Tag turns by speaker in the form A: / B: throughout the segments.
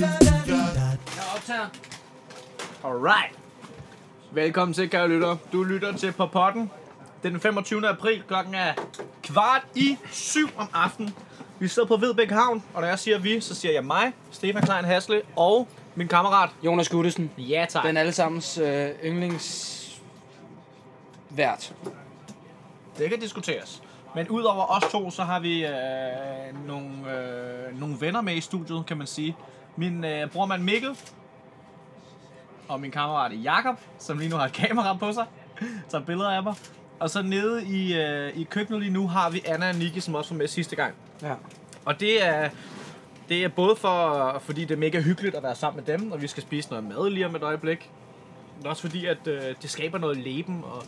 A: Jeg optager. Alright. Velkommen til, kære lytter. Du lytter til På Potten. Det er den 25. april, klokken er kvart i syv om aftenen. Vi sidder på Vedbæk Havn, og når jeg siger vi, så siger jeg mig, Stefan Klein Hasle og min kammerat.
B: Jonas Guttesen,
A: Ja, tak.
B: den allesammens øh, yndlings vært.
A: Det kan diskuteres. Men udover os to, så har vi øh, nogle, øh, nogle venner med i studiet, kan man sige. Min øh, brormand Mikkel og min kammerat Jakob, som lige nu har et kamera på sig, tager billeder af mig. Og så nede i, øh, i køkkenet lige nu har vi Anna og Niki, som også var med sidste gang.
B: Ja.
A: Og det er, det er både for, fordi det er mega hyggeligt at være sammen med dem, og vi skal spise noget mad lige om et øjeblik. Men også fordi, at øh, det skaber noget leben, og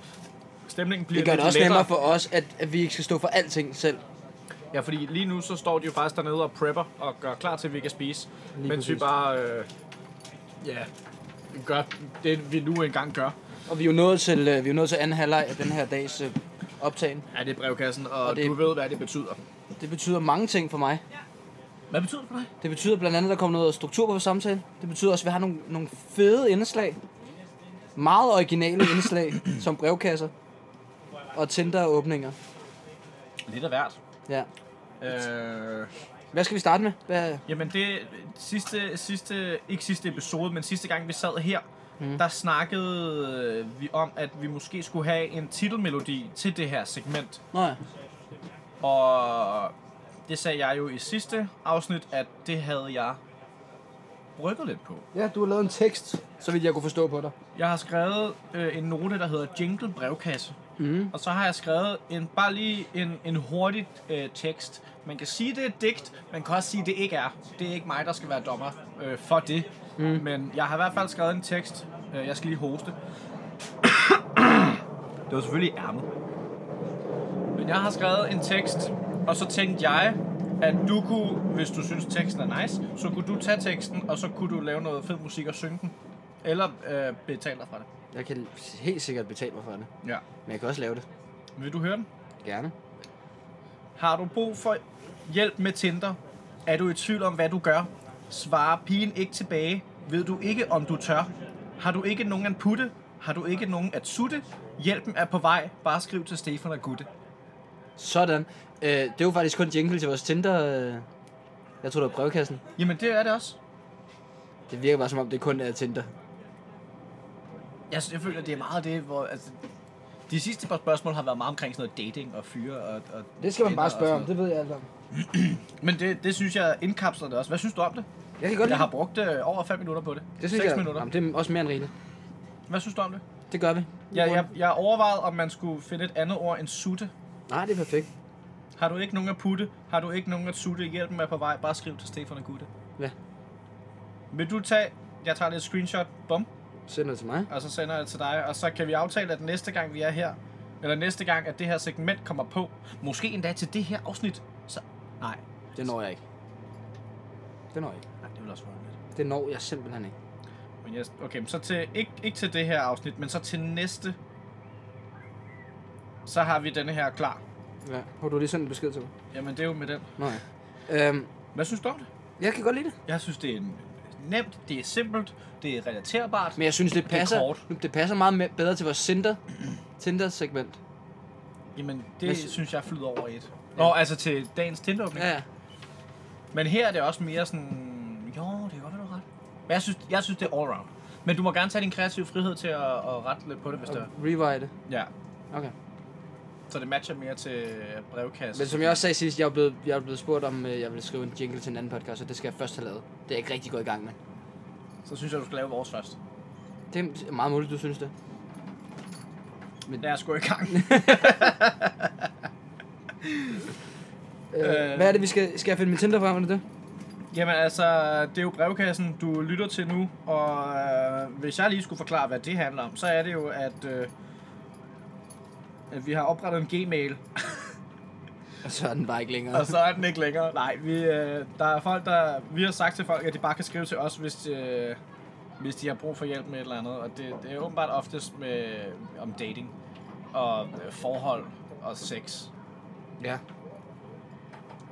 A: stemningen bliver
B: Det gør
A: lidt
B: det også
A: lettere.
B: nemmere for os, at, at vi ikke skal stå for alting selv.
A: Ja, fordi lige nu så står de jo faktisk dernede og prepper og gør klar til, at vi kan spise. Lige mens vi
B: præcis.
A: bare, øh, ja, gør det, vi nu engang gør.
B: Og vi er jo nået til, øh, vi er jo nået til anden halvleg af den her dags øh, optagen.
A: Ja, det er brevkassen, og, og
B: Og
A: det...
B: det-
A: du ved, hvad det betyder.
B: Det betyder mange ting for mig.
A: Hvad betyder det for dig?
B: Det betyder blandt andet, at der kommer noget struktur på vores samtale. Det betyder også, at vi har nogle, nogle fede indslag. Meget originale indslag, som brevkasser og Tinder-åbninger.
A: Lidt af hvert.
B: Ja.
A: Øh,
B: Hvad skal vi starte med? Hvad?
A: jamen det sidste, sidste, ikke sidste episode, men sidste gang vi sad her, mm. der snakkede øh, vi om, at vi måske skulle have en titelmelodi til det her segment.
B: Nå ja.
A: Og det sagde jeg jo i sidste afsnit, at det havde jeg brygget lidt på.
B: ja, du har lavet en tekst, så vidt jeg kunne forstå på dig.
A: Jeg har skrevet øh, en note, der hedder Jingle Brevkasse. Mm. Og så har jeg skrevet en bare lige en, en hurtig øh, tekst. Man kan sige, det er et digt, man kan også sige, det ikke er. Det er ikke mig, der skal være dommer øh, for det. Mm. Men jeg har i hvert fald skrevet en tekst. Øh, jeg skal lige hoste. det var selvfølgelig ærmet. Men jeg har skrevet en tekst, og så tænkte jeg, at du kunne, hvis du synes teksten er nice, så kunne du tage teksten, og så kunne du lave noget fed musik og synge den. Eller øh, betale dig fra det.
B: Jeg kan helt sikkert betale mig for det.
A: Ja.
B: Men jeg kan også lave det.
A: Vil du høre den?
B: Gerne.
A: Har du brug for hjælp med Tinder? Er du i tvivl om, hvad du gør? Svarer pigen ikke tilbage? Ved du ikke, om du tør? Har du ikke nogen at putte? Har du ikke nogen at sutte? Hjælpen er på vej. Bare skriv til Stefan og Gutte.
B: Sådan. Øh, det er jo faktisk kun jingle til vores Tinder... Øh. Jeg tror, det var brevkassen.
A: Jamen, det er det også.
B: Det virker bare som om, det kun er Tinder.
A: Jeg, jeg føler, det er meget det, hvor... Altså, de sidste par spørgsmål har været meget omkring sådan noget dating og fyre og, og Tinder og sådan noget.
B: det ved jeg alt om.
A: Men det, det synes jeg indkapsler det også. Hvad synes du om det?
B: Jeg kan godt
A: Jeg
B: lide
A: har brugt øh, over 5 minutter på det.
B: det. synes
A: 6
B: jeg,
A: minutter.
B: Jamen, det er også mere end rigeligt.
A: Hvad synes du om det?
B: Det gør vi.
A: Jeg, jeg, jeg overvejede, om man skulle finde et andet ord end sutte.
B: Nej, det er perfekt.
A: Har du ikke nogen at putte? Har du ikke nogen at sutte? Hjælpen er på vej. Bare skriv til Stefan og Gutte.
B: Ja.
A: Vil du tage... Jeg tager lidt screenshot. Bum.
B: Send det til mig.
A: Og så sender jeg det til dig. Og så kan vi aftale, at næste gang vi er her... Eller næste gang, at det her segment kommer på. Måske endda til det her afsnit. Så... Nej.
B: Det når jeg ikke. Det når jeg ikke.
A: Nej, det vil også være lidt.
B: Det når jeg simpelthen ikke.
A: Men yes. Okay, men så til... Ikke, ikke til det her afsnit, men så til næste... Så har vi denne her klar.
B: Ja. Har du lige sendt en besked til mig?
A: Jamen, det er jo med den.
B: Nå ja. Øhm,
A: Hvad synes du om det?
B: jeg kan godt lide det.
A: Jeg synes, det er en- nemt, det er simpelt, det er relaterbart.
B: Men jeg synes, det
A: er
B: passer,
A: kort.
B: det, det passer meget me- bedre til vores Tinder, Tinder-segment.
A: Jamen, det
B: Men-
A: synes jeg flyder over i et. Nå, altså til dagens tilåbning.
B: Ja, ja.
A: Men her er det også mere sådan, jo, det er godt, at du har ret. Men jeg synes, jeg synes, det er allround. Men du må gerne tage din kreative frihed til at, at rette lidt på det, hvis det er.
B: Rewrite det.
A: Ja,
B: Okay.
A: så det matcher mere til brevkassen.
B: Men som jeg også sagde sidst, jeg er blevet, jeg er blevet spurgt, om øh, jeg ville skrive en jingle til en anden podcast, og det skal jeg først have lavet. Det er jeg ikke rigtig gået i gang med.
A: Så synes jeg, du skal lave vores først.
B: Det er meget muligt, du synes det.
A: Lad os gå i gang.
B: Øh, hvad er det, vi skal... Skal jeg finde min Tinder frem, eller det?
A: Jamen altså, det er jo brevkassen, du lytter til nu, og øh, hvis jeg lige skulle forklare, hvad det handler om, så er det jo, at, øh, at vi har oprettet en Gmail,
B: Og så er den bare ikke længere.
A: og så er den ikke længere. Nej, vi, øh, der er folk, der, vi har sagt til folk, at de bare kan skrive til os, hvis, øh, hvis de har brug for hjælp med et eller andet. Og det, det er åbenbart oftest med, øh, om dating og øh, forhold og sex.
B: Ja.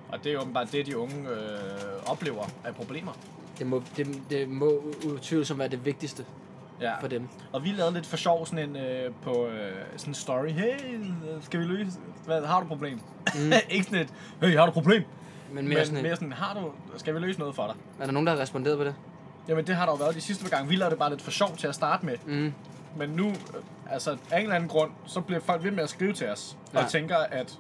A: Og det er åbenbart det, de unge øh, oplever af problemer.
B: Det må, det, det må utvivlsomt være det vigtigste
A: Ja.
B: for dem.
A: Og vi lavede lidt for sjov sådan en øh, på øh, sådan en story. Hey, skal vi løse? Hvad, har du et problem? Mm. ikke sådan et, hey, har du et problem?
B: Men mere
A: Men
B: sådan,
A: mere
B: mere...
A: sådan, har du, skal vi løse noget for dig?
B: er der nogen, der har responderet på det?
A: Jamen det har der jo været de sidste par gange. Vi lavede det bare lidt for sjov til at starte med.
B: Mm.
A: Men nu, øh, altså af en eller anden grund, så bliver folk ved med at skrive til os. Ja.
B: Ja.
A: Og tænker, at, at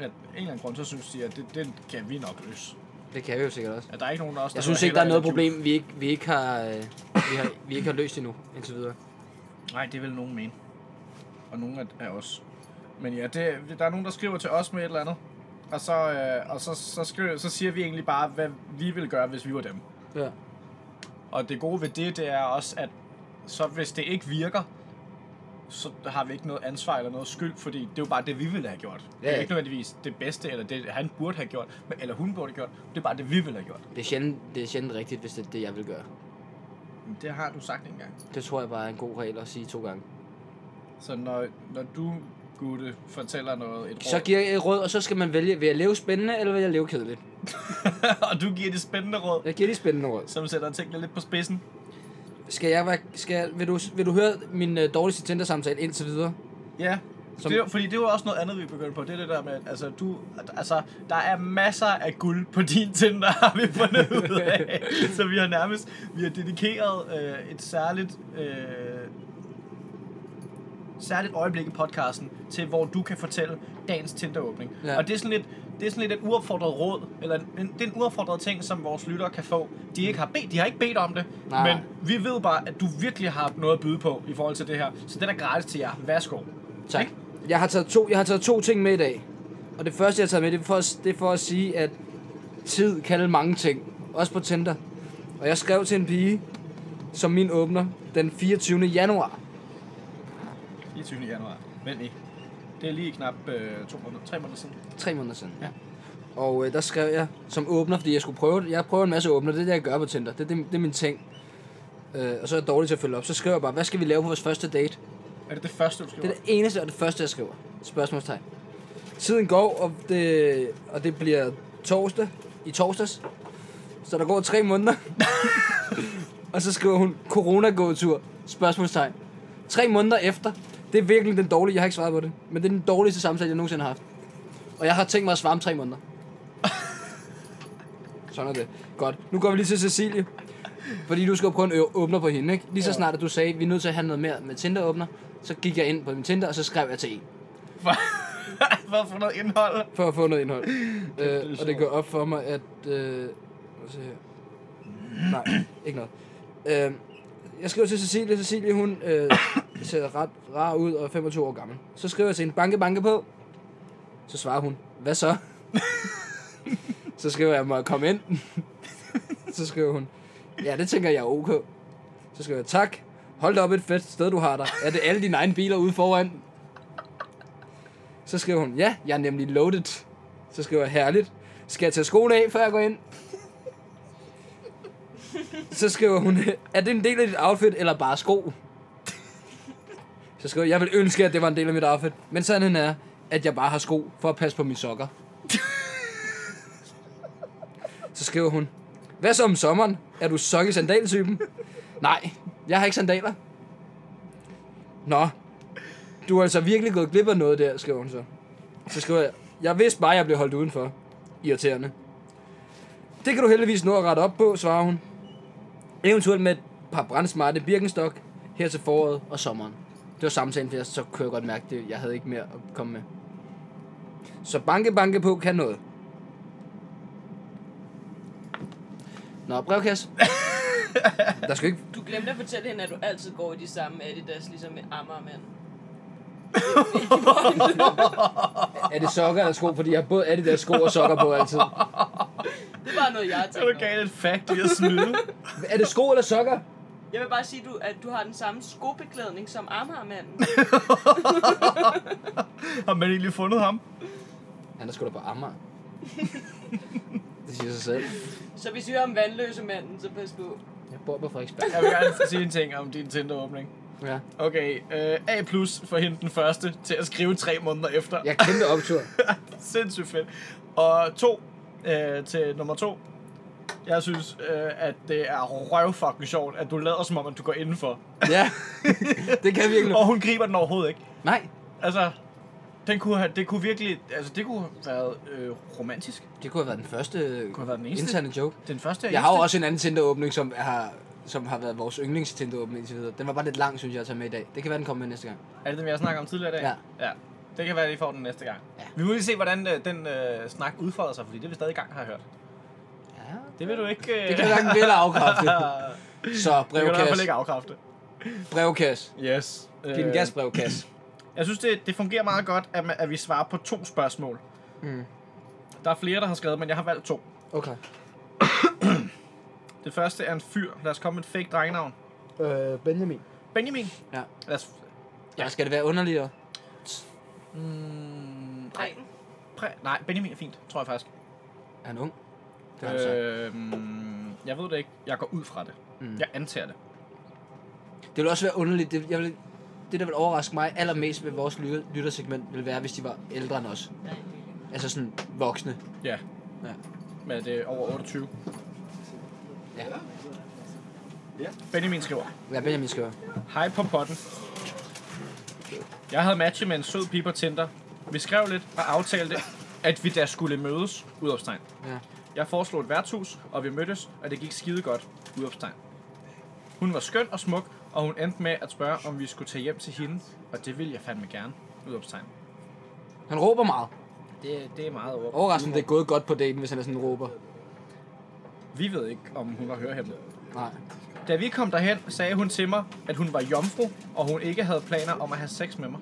A: af en eller anden grund, så synes de, at det, det kan vi nok løse.
B: Det kan vi jo sikkert også.
A: At der er ikke nogen af os, der
B: Jeg synes
A: hedder
B: ikke, der er
A: Hella
B: noget
A: eller Julie.
B: problem, vi ikke, vi ikke, har, øh, vi har, vi ikke har løst endnu, indtil videre.
A: Nej, det vil nogen mene. Og nogen af- af os. Men ja, det, der er nogen, der skriver til os med et eller andet. Og så, øh, og så, så, skriver, så siger vi egentlig bare, hvad vi ville gøre, hvis vi var dem.
B: Ja.
A: Og det gode ved det, det er også, at så hvis det ikke virker, så har vi ikke noget ansvar eller noget skyld, fordi det er jo bare det, vi ville have gjort. Ja, det
B: ja.
A: er ikke nødvendigvis det bedste, eller det, han burde have gjort, men- eller hun burde have gjort. Det er bare det, vi ville have gjort.
B: Det er, sjældent, det er sjældent rigtigt, hvis det er det, jeg vil gøre.
A: Men det har du sagt engang.
B: Det tror jeg bare er en god regel at sige to gange.
A: Så når, når du, Gutte, fortæller noget et
B: Så giver jeg et råd, og så skal man vælge, vil jeg leve spændende, eller vil jeg leve kedeligt?
A: og du giver det spændende råd.
B: Jeg giver de spændende råd.
A: som sætter tingene lidt på spidsen.
B: Skal jeg, være- skal, vil, du, vil du høre min øh, dårligste Tinder-samtale indtil videre?
A: Ja,
B: Som-
A: som... det, er jo- fordi det er jo også noget andet, vi begyndte på. Det er det der med, at, altså, du, at- altså, der er masser af guld på din Tinder, har vi fundet ud af. Så vi har nærmest vi har dedikeret øh, et særligt, øh, særligt øjeblik i podcasten til, hvor du kan fortælle dagens Tinder-åbning.
B: Ja.
A: Ja. Og det er sådan lidt, det er sådan lidt et uopfordret råd, eller en, en, det er en uopfordret ting, som vores lyttere kan få. De, ikke har bedt, de har ikke bedt om det,
B: Nej.
A: men vi ved bare, at du virkelig har noget at byde på i forhold til det her. Så den er gratis til jer. Værsgo.
B: Tak. Jeg har taget to, jeg har taget to ting med i dag. Og det første, jeg har taget med, det er for, at- det er for at sige, at tid kan mange ting. Også på Tinder. Og jeg skrev til en pige, som min åbner, den 24. januar.
A: 24. januar. Vent lige. Det er lige knap øh, to måneder, tre måneder siden.
B: Tre måneder siden.
A: Ja.
B: Og øh, der skrev jeg som åbner, fordi jeg skulle prøve det. Jeg prøver en masse åbner, det er det, jeg gør på Tinder. Det, er det, det er min ting. Øh, og så er jeg dårlig til at følge op. Så skriver jeg bare, hvad skal vi lave på vores første date?
A: Er det det første, du skriver?
B: Det er det eneste og det første, jeg skriver. Spørgsmålstegn. Tiden går, og det, og det bliver torsdag i torsdags. Så der går tre måneder. og så skriver hun, corona-gåtur, spørgsmålstegn. Tre måneder efter. Det er virkelig den dårlige, jeg har ikke svaret på det. Men det er den dårligste samtale, jeg nogensinde har haft. Og jeg har tænkt mig at svare om tre måneder. Sådan er det. Godt. Nu går vi lige til Cecilie. Fordi du skal jo prøve en ø- åbner på hende, ikke? Lige så snart, at du sagde, at vi er nødt til at have noget mere med Tinder-åbner, så gik jeg ind på min Tinder, og så skrev jeg til en,
A: For, for at få noget indhold.
B: for at få noget indhold. øh, og det
A: sjovt.
B: går op for mig, at... Øh, lad os se her. Nej, ikke noget. Øh, jeg skriver til Cecilie. Cecilie, hun øh, ser ret rar ud og er 25 år gammel. Så skriver jeg til hende, banke, banke på. Så svarer hun, hvad så? så skriver jeg, må jeg komme ind? så skriver hun, ja, det tænker jeg er ok. Så skriver jeg, tak. Hold da op et fedt sted, du har der. Er det alle dine egne biler ude foran? Så skriver hun, ja, jeg er nemlig loaded. Så skriver jeg, herligt. Skal jeg tage skoene af, før jeg går ind? Så skriver hun, er det en del af dit outfit, eller bare sko? Så skriver jeg, jeg vil ønske, at det var en del af mit outfit. Men sandheden er, at jeg bare har sko for at passe på mine sokker. Så skriver hun, hvad så om sommeren? Er du sok i sandaltypen? Nej, jeg har ikke sandaler. Nå, du er altså virkelig gået glip af noget der, skriver hun så. Så skriver jeg, jeg vidste bare, jeg blev holdt udenfor. Irriterende. Det kan du heldigvis nå at rette op på, svarer hun. Eventuelt med et par brandsmarte Birkenstock her til foråret og sommeren. Det var samtalen, for jeg så kunne jeg godt mærke det. Jeg havde ikke mere at komme med. Så banke, banke på kan noget. Nå, brevkasse. Der skal ikke...
C: Du glemte at fortælle hende, at du altid går i de samme Adidas, ligesom en Amagermand.
B: Er det sokker eller sko? Fordi jeg har både Adidas sko og sokker på altid.
C: Det var noget, jeg
A: Så er du
C: tænkte over.
A: gav et fact i at smide.
B: Er det sko eller sokker?
C: Jeg vil bare sige, du, at du har den samme skobeklædning som Amagermanden.
A: Har man egentlig fundet ham?
B: Han er sgu da på Amager. det siger sig selv.
C: Så hvis I hører om vandløse manden, så pas på.
B: Ja. bor på Frederiksberg.
A: Jeg vil gerne sige en ting om din Tinder-åbning.
B: Ja.
A: Okay, øh, A+, for hende den første til at skrive tre måneder efter.
B: Jeg er kæmpe optur.
A: Sindssygt fedt. Og to, øh, til nummer to. Jeg synes, øh, at det er røvfucking sjovt, at du lader som om, at du går indenfor.
B: Ja, det kan virkelig.
A: Og hun griber den overhovedet ikke.
B: Nej,
A: Altså, den kunne have, det kunne virkelig, altså det kunne have været øh, romantisk.
B: det kunne have været den første
A: Kunne have været den eneste.
B: interne joke.
A: Den første er
B: Jeg har jo også en anden Tinder-åbning, som har, som har været vores yndlings Tinder-åbning indtil videre. Den var bare lidt lang, synes jeg, at tage med i dag. Det kan være, den kommer med næste gang.
A: Er det den, vi har snakket om tidligere i dag? ja. Det kan være, at I får den næste gang.
B: Ja.
A: Vi må lige se, hvordan øh, den øh, snak udfolder sig, fordi det er vi stadig i gang, har jeg hørt.
B: Ja.
A: Det vil du ikke... Øh,
B: Det kan hverken vil eller afkræfte. Så
A: det kan du i hvert fald
B: brevkasse,
A: ikke afkræfte.
B: brevkasse.
A: Yes.
B: Din gasbrevkasse.
A: Jeg synes, det, det fungerer meget godt, at, man, at vi svarer på to spørgsmål.
B: Mm.
A: Der er flere, der har skrevet, men jeg har valgt to.
B: Okay.
A: Det første er en fyr. Lad os komme med et fake drengenavn.
B: Øh, Benjamin.
A: Benjamin.
B: Ja.
A: Lad os...
B: Ja, skal det være underligere?
A: Mm,
C: Nej.
A: præ- nej, Benjamin er fint, tror jeg faktisk.
B: Er han ung? Det har han
A: Øh,
B: sagt.
A: Øhm, jeg ved det ikke. Jeg går ud fra det.
B: Mm.
A: Mm. Jeg antager det.
B: Det ville også være underligt. Det, jeg vil, det, der vil overraske mig allermest ved vores lytter, lyttersegment, ville være, hvis de var ældre end os. Altså sådan voksne.
A: Ja.
B: Ja.
A: Men det er over 28.
B: Ja.
A: Benjamin skriver.
B: Hvad Benjamin skal være.
A: Hej på potten. Jeg havde matchet med en sød pige på Tinder. Vi skrev lidt og aftalte, at vi da skulle mødes. Udopstegn.
B: Ja.
A: Jeg foreslog et værtshus, og vi mødtes, og det gik skide godt. Udopstegn. Hun var skøn og smuk, og hun endte med at spørge, om vi skulle tage hjem til hende, og det ville jeg fandme gerne. Udopstegn.
B: Han råber meget.
A: Det, det er meget over.
B: Overraskende, det er gået godt på daten, hvis han er sådan en råber.
A: Vi ved ikke, om hun var hørehæmmet.
B: Nej.
A: Da vi kom derhen, sagde hun til mig, at hun var jomfru, og hun ikke havde planer om at have sex med mig.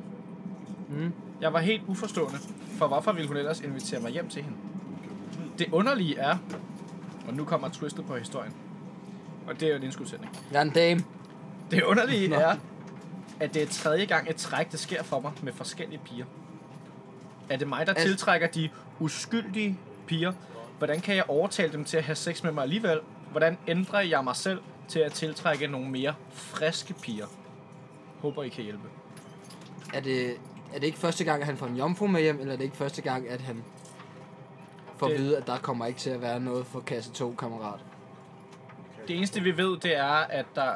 B: Mm.
A: Jeg var helt uforstående, for hvorfor ville hun ellers invitere mig hjem til hende? Det underlige er, og nu kommer twistet på historien, og det er jo din skudsætning.
B: Jeg er en dame.
A: Det underlige
B: Nå.
A: er, at det er tredje gang et træk, det sker for mig med forskellige piger. Er det mig, der
B: Altså-
A: tiltrækker de uskyldige piger? Hvordan kan jeg overtale dem til at have sex med mig alligevel? Hvordan ændrer jeg mig selv til at tiltrække nogle mere friske piger? Håber, I kan hjælpe.
B: Er det, er det ikke første gang, at han får en jomfru med hjem, eller er det ikke første gang, at han får
A: Det-
B: at vide, at der kommer ikke til at være noget for kasse 2, kammerat?
A: Det eneste, vi ved, det er, at der,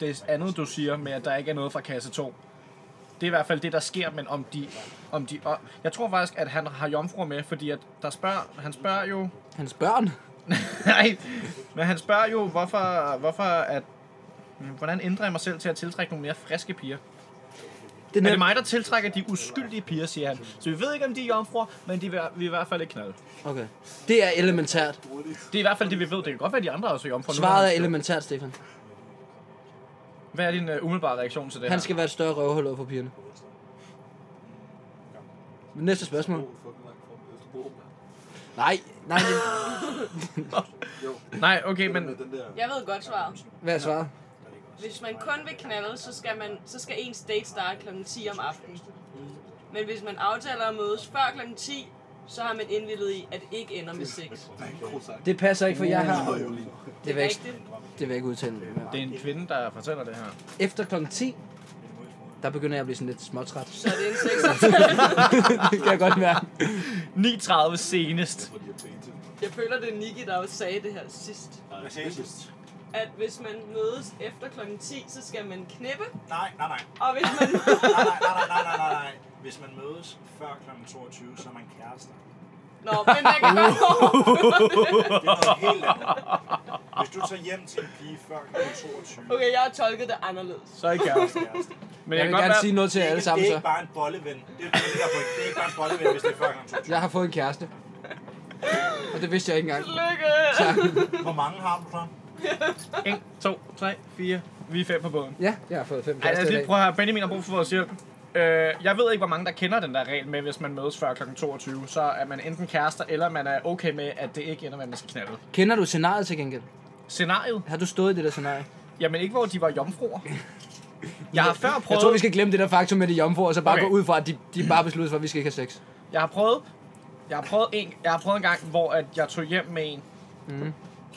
A: det andet, du siger med, at der ikke er noget fra kasse 2, det er i hvert fald det, der sker, men om de... Om de og jeg tror faktisk, at han har jomfruer med, fordi at der spørger, han spørger jo...
B: Hans børn?
A: Nej, men han spørger jo, hvorfor, hvorfor at, hmm, hvordan ændrer jeg mig selv til at tiltrække nogle mere friske piger?
B: Det er
A: Men det er
B: nemt.
A: mig, der tiltrækker de uskyldige piger, siger han. Så vi ved ikke, om de er jomfruer, men de vil, vi er i hvert fald ikke knalde.
B: Okay. Det er elementært.
A: Det er i hvert fald det, vi ved. Det kan godt være, at de andre også er jomfruer. Nu har
B: Svaret er
A: han-
B: elementært, Stefan.
A: Hvad er din uh, umiddelbare reaktion til det
B: Han
A: her?
B: skal være et større røvhul over for pigerne. Næste spørgsmål. Nej, nej, det-
A: Nej, okay, men
C: Jeg ved godt svaret.
B: hvad er svaret?
C: Hvis man kun vil knalde, så skal, man, så skal ens date starte kl. 10 om aftenen. Men hvis man aftaler at mødes før kl. 10, så har man indvildet i, at det ikke ender med sex. Det
B: Det passer ikke, for jeg har... Det vil
C: er
B: jeg ikke,
C: rigtigt.
B: det vil jeg ikke udtale. mig om.
A: det er en kvinde, der fortæller det her.
B: Efter klokken 10, der begynder jeg at blive sådan lidt småtræt.
C: Så er det en sex.
B: det kan jeg godt mærke.
A: 39 senest.
C: Jeg føler, det er Niki, der også sagde det her sidst. At hvis man mødes efter kl. 10, så skal man knippe.
D: Nej, nej, nej.
C: Og hvis man...
D: Nej, nej, nej, nej, nej, nej, nej. Hvis man mødes før kl. 22, så er man kærester.
C: Nå, men man kan godt overføre det.
D: Det er noget helt andet. Hvis du tager hjem til en pige før kl. 22,
C: Okay, jeg har tolket det anderledes.
A: Så er I kæreste.
D: kærester.
A: Men jeg,
B: Jeg vil
A: kan godt
B: gerne
A: være,
B: sige noget til jer alle sammen,
D: det er ikke
B: så.
D: bare en bolleven. Det er, det, der på. det er ikke bare en bolleven, hvis det er før kl. 22.
B: Jeg har fået en kæreste. Og det vidste jeg ikke engang.
C: Lykke!
D: Hvor mange har du så?
A: 1, 2, 3, 4, vi er fem på båden.
B: Ja, jeg har fået fem
A: Ej, altså, lad os
B: kærester i
A: lige
B: dag.
A: prøve at høre. Benjamin har brug for vores hjælp. Øh, jeg ved ikke, hvor mange der kender den der regel med, hvis man mødes før kl. 22, så er man enten kærester, eller man er okay med, at det ikke ender med, at man skal knalde.
B: Kender du scenariet til gengæld?
A: Scenariet?
B: Har du stået i det der scenarie?
A: Jamen ikke, hvor de var jomfruer. Jeg har før prøvet...
B: Jeg tror, vi skal glemme det der faktum med de jomfruer, og så bare
A: Okay.
B: gå ud fra, at de, de bare beslutter sig for, at vi skal ikke have sex.
A: Jeg har prøvet... Jeg har prøvet en, jeg har prøvet en gang, hvor at jeg tog hjem med en. Mm.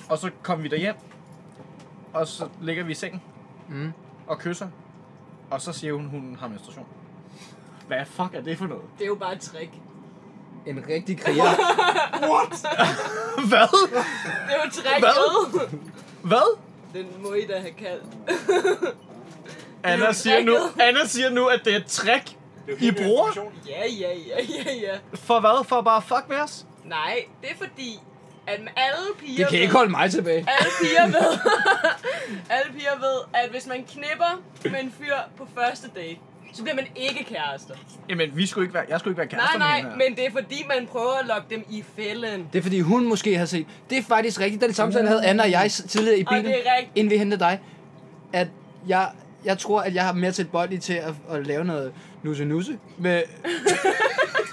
A: Og så kom vi derhjem. og så ligger vi i sengen
B: Mm.
A: og kysser. Og så siger hun, hun har menstruation. Hvad fuck er det for noget?
C: Det er jo bare et trick.
B: En rigtig kriger.
A: Hvad?
C: Det er jo
A: Hvad?
C: tricket.
A: Hvad?
C: Den må I da have kaldt.
A: Anna
C: jo
A: siger, nu,
C: tricket.
A: Anna siger nu, at det er et trick.
D: Det er jo
A: I
D: helt ny
A: bruger?
D: information.
C: ja, ja, ja, ja, ja.
A: For hvad? For at bare fuck med os?
C: Nej, det er fordi, at alle piger...
B: det kan
C: ved-
B: ikke holde mig tilbage.
C: Alle piger ved, alle piger ved, at hvis man knipper med en fyr på første date, så bliver man ikke kærester.
A: Jamen, vi skulle ikke være, jeg skulle ikke være
C: Nej,
A: kærester med
C: nej,
A: hende her.
C: men det er fordi, man prøver at lokke dem i fælden.
B: Det er fordi hun måske har set. Det er faktisk rigtigt, den samtale havde Anna og jeg s- tidligere i
C: Og det er
B: bilen,
C: rigtigt.
B: inden vi hentede dig, at jeg, jeg tror, at jeg har mere tilbøjelig til at, at lave noget nusse-nusse med,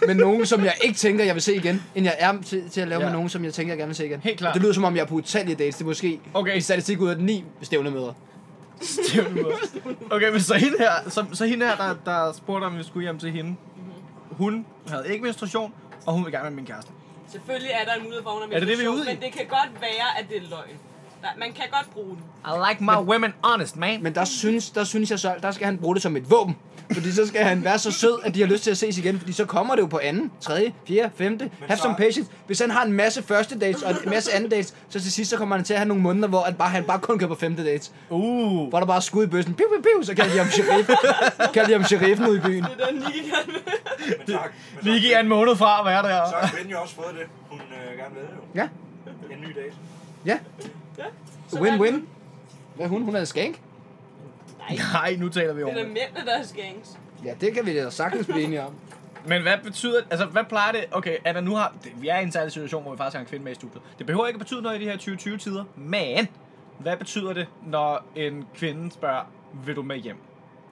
B: med nogen, som jeg ikke tænker, jeg vil se igen, end jeg er til, til at lave
A: Ja.
B: ja. med nogen, som jeg tænker, jeg gerne vil se igen.
A: Helt klart.
B: Og det lyder som om, jeg er på utallige dates. Det er måske
A: Okay.
B: okay. i statistik ud af ni stævnemøder.
A: Okay, men så hende her, så, så hende her der, der spurgte, om vi skulle hjem til hende. Hun havde ikke menstruation, og hun vil gerne være min kæreste.
C: Selvfølgelig er der en mulighed for, at hun har
A: Er det det, vi er
C: menstruation,
A: ude i?
C: Men det kan godt være, at det er løgn. Nej, man kan godt bruge den.
A: I like my women honest, man.
B: Men der synes, der synes jeg så, der skal han bruge det som et våben. Fordi så skal han være så sød, at de har lyst til at ses igen. Fordi så kommer det jo på anden, tredje, fjerde, femte. Have
D: så-
B: some patience. Hvis han har en masse første dates og en masse anden dates, så til sidst så kommer han til at have nogle måneder, hvor han bare, han bare kun kører på femte dates.
A: Uh.
B: Hvor der bare er skud i bøssen. Piu, piu, piu, så kalder de ham sheriff. kalder de ham sheriffen ud i byen.
C: Det er den, Nicky gerne vil.
D: Men så, har- men så,
A: Lige er en måned fra at være
D: så
A: der.
D: har Gwen jo også fået det, hun øh, gerne vil jo.
B: Ja,
D: En ny date.
B: ja.
C: Så hvad er
B: Win-win.
C: det?
B: Hvad er hun? Hun er skank.
A: Nej, nu taler vi
C: Det
A: over
C: er da
A: det.
C: mændene, der er skængs.
B: Ja, det kan vi da sagtens blive enige om.
A: Men hvad betyder, altså hvad plejer det? Okay, Anna, nu har, det, vi er i en særlig situation, hvor vi faktisk har en kvinde med i studiet. Det behøver ikke at betyde noget i de her 2020-tider, men hvad betyder det, når en kvinde spørger, vil du med hjem?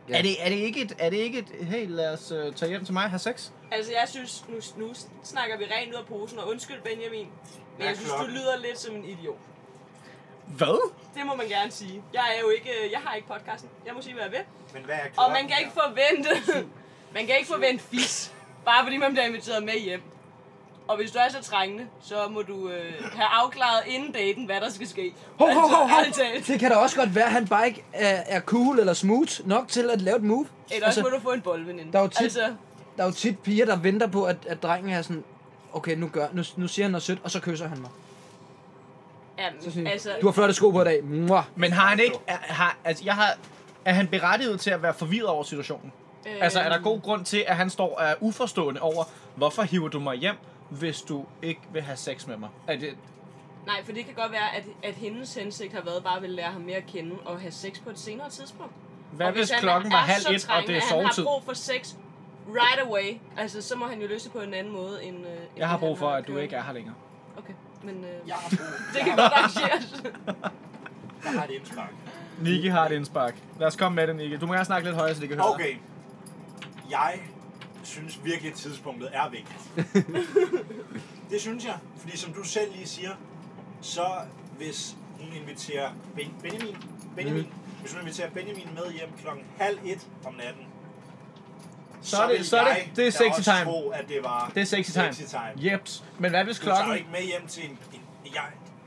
A: Ja.
B: Ja.
A: Er, det, er, det ikke et, er det ikke et, hey, lad os uh, tage hjem til mig og have sex?
C: Altså, jeg synes, nu, nu snakker vi rent ud af posen, og undskyld, Benjamin, men jeg synes, du lyder lidt som en idiot.
A: Hvad?
C: Det må man gerne sige. Jeg er jo ikke, øh, jeg har ikke podcasten. Jeg må sige, hvad jeg vil.
D: Men hvad er klokken?
C: Og man kan ikke forvente, man kan ikke forvente fis, bare fordi man bliver inviteret med hjem. Og hvis du er så trængende, så må du øh, have afklaret inden daten, hvad der skal ske.
B: Ho, ho, ho, ho.
C: Altså, ærligt talt.
B: Det kan da også godt være, at han bare ikke er, er cool eller smooth nok til at lave et move.
C: Ellers altså, må du få en boldveninde.
B: der er jo tit-
C: altså,
B: der er jo tit piger, der venter på, at, at drengen er sådan, okay, nu, gør, nu, nu siger han noget sødt, og så kysser han mig.
C: jamen,
B: Så siger, han,
C: altså,
B: du har flotte sko på i dag. Mwah.
A: Men har han ikke, er, har, altså, jeg har, er han berettiget til at være forvirret over situationen?
C: øh,
A: Altså, er der god grund til, at han står og er uforstående over, hvorfor hiver du mig hjem, hvis du ikke vil have sex med mig? Er det,
C: Nej, for det kan godt være, at, at hendes hensigt har været bare at ville lære ham mere at kende og have sex på et senere tidspunkt.
A: hvad
C: Og
A: hvis,
C: han
A: klokken
C: er
A: var halv
C: så
A: et, og
C: trængende,
A: det er
C: at
A: sovetid?
C: Han har brug for sex right away. Altså, så må han jo løse det på en anden måde end... Øh, end
A: Jeg har
C: det,
A: brug
C: han
A: for, at du
C: kørt.
A: ikke er her længere.
C: Okay, men øh,
D: Jeg
C: ja.
D: har boet.
C: det kan godt arrangeres.
D: Jeg har et indspark.
A: Niki har et indspark. Lad os komme med det, Niki. Du må gerne snakke lidt højere, så de kan høre dig.
D: Okay. Jeg synes virkelig, at tidspunktet er vigtigt. det synes jeg. Fordi som du selv lige siger, så hvis hun inviterer ben- Benjamin, Benjamin,
A: Mhm.
D: mm. hvis hun inviterer Benjamin med hjem klokken halv et om natten,
A: Så er det-
D: vil
A: så er det-
D: jeg
A: det er
D: da
A: sexy
D: også
A: time.
D: Tro, at det var
A: Det er sexy time.
D: Sexy time.
A: Jeps. Men hvad hvis
D: Du tager jo
A: klokken...
D: ikke med hjem til en... en jeg,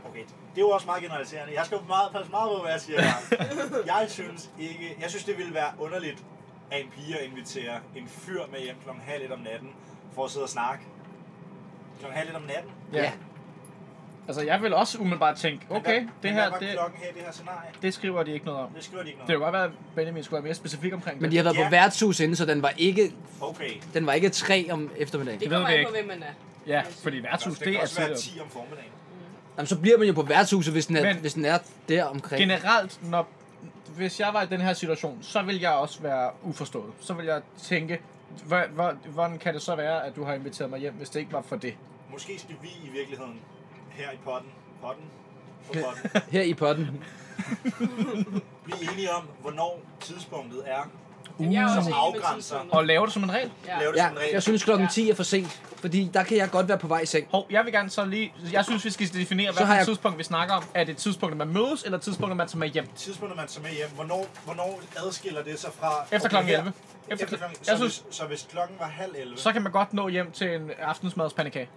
D: okay, det er jo også meget generaliserende. Jeg skal jo meget, passe meget på, hvad jeg siger. Jacob. jeg synes ikke... Jeg synes, det ville være underligt, at en pige at invitere en fyr med hjem klokken halv et om natten, for at sidde og snakke. Klokken halv et om natten.
A: Ja. Altså, jeg vil også umiddelbart tænke,
D: Men
A: okay,
D: hvad,
A: det
D: men
A: her,
D: Hvad var
A: det,
D: klokken her, i det her scenarie?
A: det skriver de ikke noget om.
D: Det skriver de ikke
A: Det kan
D: noget. om.
A: godt være, at Benjamin skulle være mere specifik omkring
B: Men
A: det.
B: de har været
D: Ja.
B: på værtshus inden, så den var ikke,
D: Okay.
B: den var ikke tre om eftermiddagen.
C: Det
A: ved
C: kommer
A: vi
C: an på,
A: ikke.
C: hvem man er.
A: Ja, fordi værtshus,
D: Det kan
A: det er
D: også være
A: tidligere.
D: 10 om formiddagen.
B: Jamen, så bliver man jo på værtshuset, hvis den er,
A: Men-
B: hvis den er der omkring.
A: Generelt, når, hvis jeg var i den her situation, så vil jeg også være uforstået. Så vil jeg tænke, hvor, hvor, hvordan kan det så være, at du har inviteret mig hjem, hvis det ikke var for det?
D: Måske skal vi i virkeligheden her i potten, potten, på potten,
B: Her i potten.
D: blive enige om, hvornår tidspunktet er.
C: Jeg er
A: Uh.
C: også enig med
D: afgrænser.
C: tidspunktet.
A: Og lave det som en regel.
C: Ja.
D: Lave det
B: Ja,
D: som en regel.
B: jeg synes klokken
C: Ja.
B: 10 er for sent, fordi der kan jeg godt være på vej i seng.
A: Hov, jeg vil gerne så lige... Jeg synes, vi skal definere,
B: Så
A: hvad
B: har
A: for et
B: jeg-
A: tidspunkt, vi snakker om. Er det tidspunktet, man mødes, eller tidspunktet, man tager med hjem?
D: tidspunktet, man tager med hjem, hvornår, hvornår adskiller det sig fra...
A: Efter klokken 11. Efter
D: Efter, efter
A: kl-
D: klokken,
A: jeg
D: så,
A: synes-
D: synes... hvis, så hvis klokken var halv 11...
A: Så kan man godt nå hjem til en aftensmadspandekage.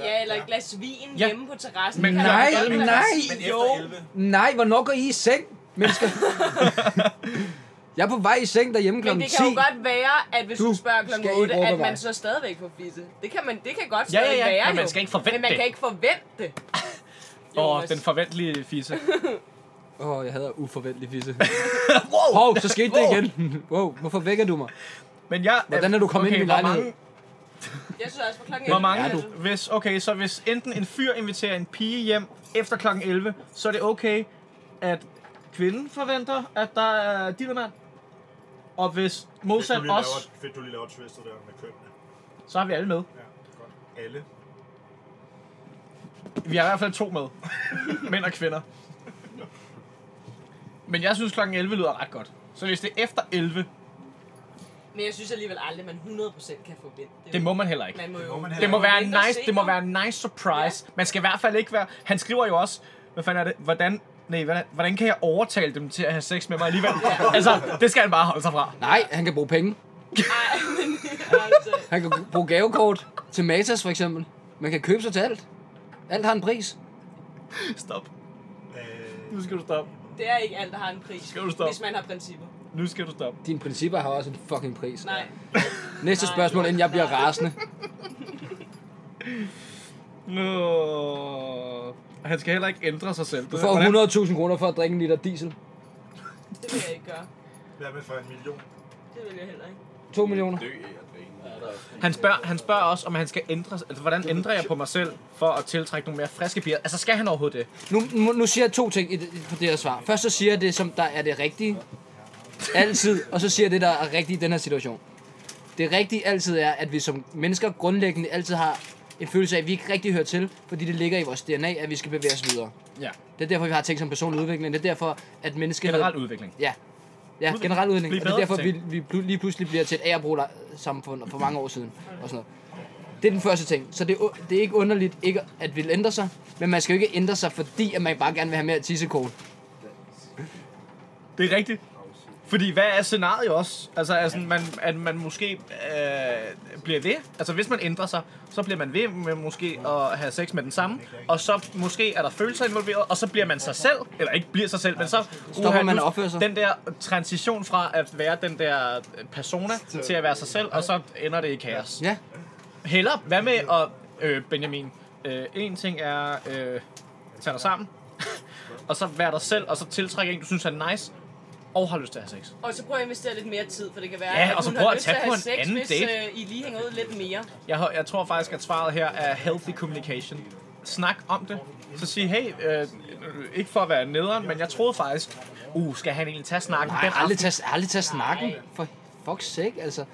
C: Ja, eller et glas vin
A: Ja.
C: hjemme på terrassen.
A: Men
C: Det kan
B: nej,
C: man godt
B: men
C: være.
B: nej.
D: Men
C: Jo.
D: efter 11...
B: Nej, hvornår går I i seng? mennesker. jeg er på vej i seng derhjemme kl.
C: Men
B: 10.
C: det kan jo godt være, at hvis
B: Du
C: du, spørger
B: skal
C: kl.
B: ikke
C: 8, at
B: råbe
C: man
B: mig.
C: så stadigvæk får fisse. Det kan, man, det kan godt
A: Ja, ja,
C: stadig
A: ja,
C: være
A: men man
C: jo.
A: skal ikke forvente
C: Men man
A: det.
C: kan ikke forvente det.
A: Og
C: Jonas.
A: den forventelige fisse.
B: Åh, oh, jeg hader uforventelig fisse. wow. Hov, så skete det igen. wow, hvorfor vækker du mig?
A: Men jeg...
B: Hvordan er du kommet ind i min
A: hvor
B: lejlighed?
A: mange-
C: Jeg synes også, på klokken
A: Hvor mange
B: er
A: er
B: du?
A: du? Hvis, okay, så hvis enten en fyr inviterer en pige hjem efter kl. 11, så er det okay, at kvinden forventer, at der er dillermand. Og hvis
D: Fedt, du
A: modsat
D: lige laver,
A: os,
D: fedt, du lige laver twistet der med kønnene.
A: så har vi alle med.
D: Ja, det er godt. Alle.
A: Vi har i hvert fald to med. Mænd og kvinder. Men jeg synes, kl. 11 lyder ret godt. Så hvis det er efter 11,
C: Men jeg synes alligevel aldrig, man 100% kan forvente
A: det må man heller ikke.
C: Man må
D: Det
C: jo...
D: må man
A: Det må være en
C: Mindre
A: nice, det må
C: senere.
A: være en nice surprise. Man skal i hvert fald ikke være... Han skriver jo også, hvad fanden er det, hvordan... Nej, hvordan, hvordan kan jeg overtale dem til at have sex med mig alligevel? altså, det skal han bare holde sig fra.
B: Nej, han kan bruge penge.
C: Ej, men altså...
B: Han kan bruge gavekort til Matas for eksempel. Man kan købe sig til alt. Alt har en pris.
A: Stop.
D: Øh,
A: Nu skal du stoppe.
C: Det er ikke alt, der har en pris,
A: Skal du stoppe?
C: hvis man har principper.
A: Nu skal du stoppe.
B: Dine principper har også en fucking pris.
C: Nej.
B: Næste
C: Nej.
B: spørgsmål, inden jeg bliver
C: Nej.
B: rasende.
A: Nå. Han skal heller ikke ændre sig selv.
B: Du får 100.000 kroner for at drikke en liter diesel.
C: Det vil jeg ikke gøre.
D: hvad med for en million?
C: Det vil jeg heller ikke.
B: 2 millioner.
A: Han spørger, han spørger også, om han skal ændre sig. Altså, hvordan ændrer jeg på mig selv for at tiltrække nogle mere friske piger? Altså, skal han overhovedet det?
B: Nu, nu, nu siger jeg to ting i det, i- på det her svar. Først så siger jeg det, som der er det rigtige. Altid. Og så siger jeg det, der er rigtigt i den her situation. Det rigtige altid er, at vi som mennesker grundlæggende altid har en følelse af, at vi ikke rigtig hører til, fordi det ligger i vores DNA, at vi skal bevæge os videre.
A: Ja.
B: Det er derfor, vi har ting som personlig udvikling. Det er derfor, at mennesket...
A: Generel udvikling.
B: Ja. Ja, generel udvikling.
A: Bliv
B: Og det er
A: bedre
B: derfor,
A: til
B: vi, vi plu- lige pludselig bliver til et agerbrugersamfund for mange år siden. Og sådan noget. Det er den første ting. Så det er, u- det er ikke underligt, ikke at ville ændre sig. Men man skal jo ikke ændre sig, fordi at man bare gerne vil have mere tissekål.
A: Det er rigtigt. Fordi hvad er scenariet også? Altså, altså man, at man måske øh, bliver ved. Altså, hvis man ændrer sig, så bliver man ved med måske at have sex med den samme. Og så måske er der følelser involveret, og så bliver man sig selv. Eller ikke bliver sig selv, men så...
B: Stopper
A: Uha,
B: man
A: nu-
B: at opføre sig.
A: Den der transition fra at være den der persona til at være sig selv, og så ender det i kaos.
B: Ja.
A: Heller, hvad med at... Øh, Benjamin, øh, en ting er... Øh, tag dig sammen. og så være dig selv, og så tiltrække en, du synes er nice, og har lyst til at have sex.
C: Og så prøv at investere lidt mere tid, for det kan være,
A: Ja,
C: at
A: og så
C: hun
A: prøv
C: har
A: at
C: lyst til
A: tage
C: at
A: på en
C: have sex,
A: anden
C: hvis
A: date.
C: øh, I lige hænger ud lidt mere.
A: Jeg, har- jeg tror faktisk, at svaret her er healthy communication. Snak om det. Så sig, hey, øh, øh, ikke for at være nederen, men jeg troede faktisk, uh, skal han egentlig tage snakken?
B: Nej,
A: den
B: aldrig
A: aften?
B: tage, aldrig tage snakken.
C: Nej.
B: For fuck's sake, altså.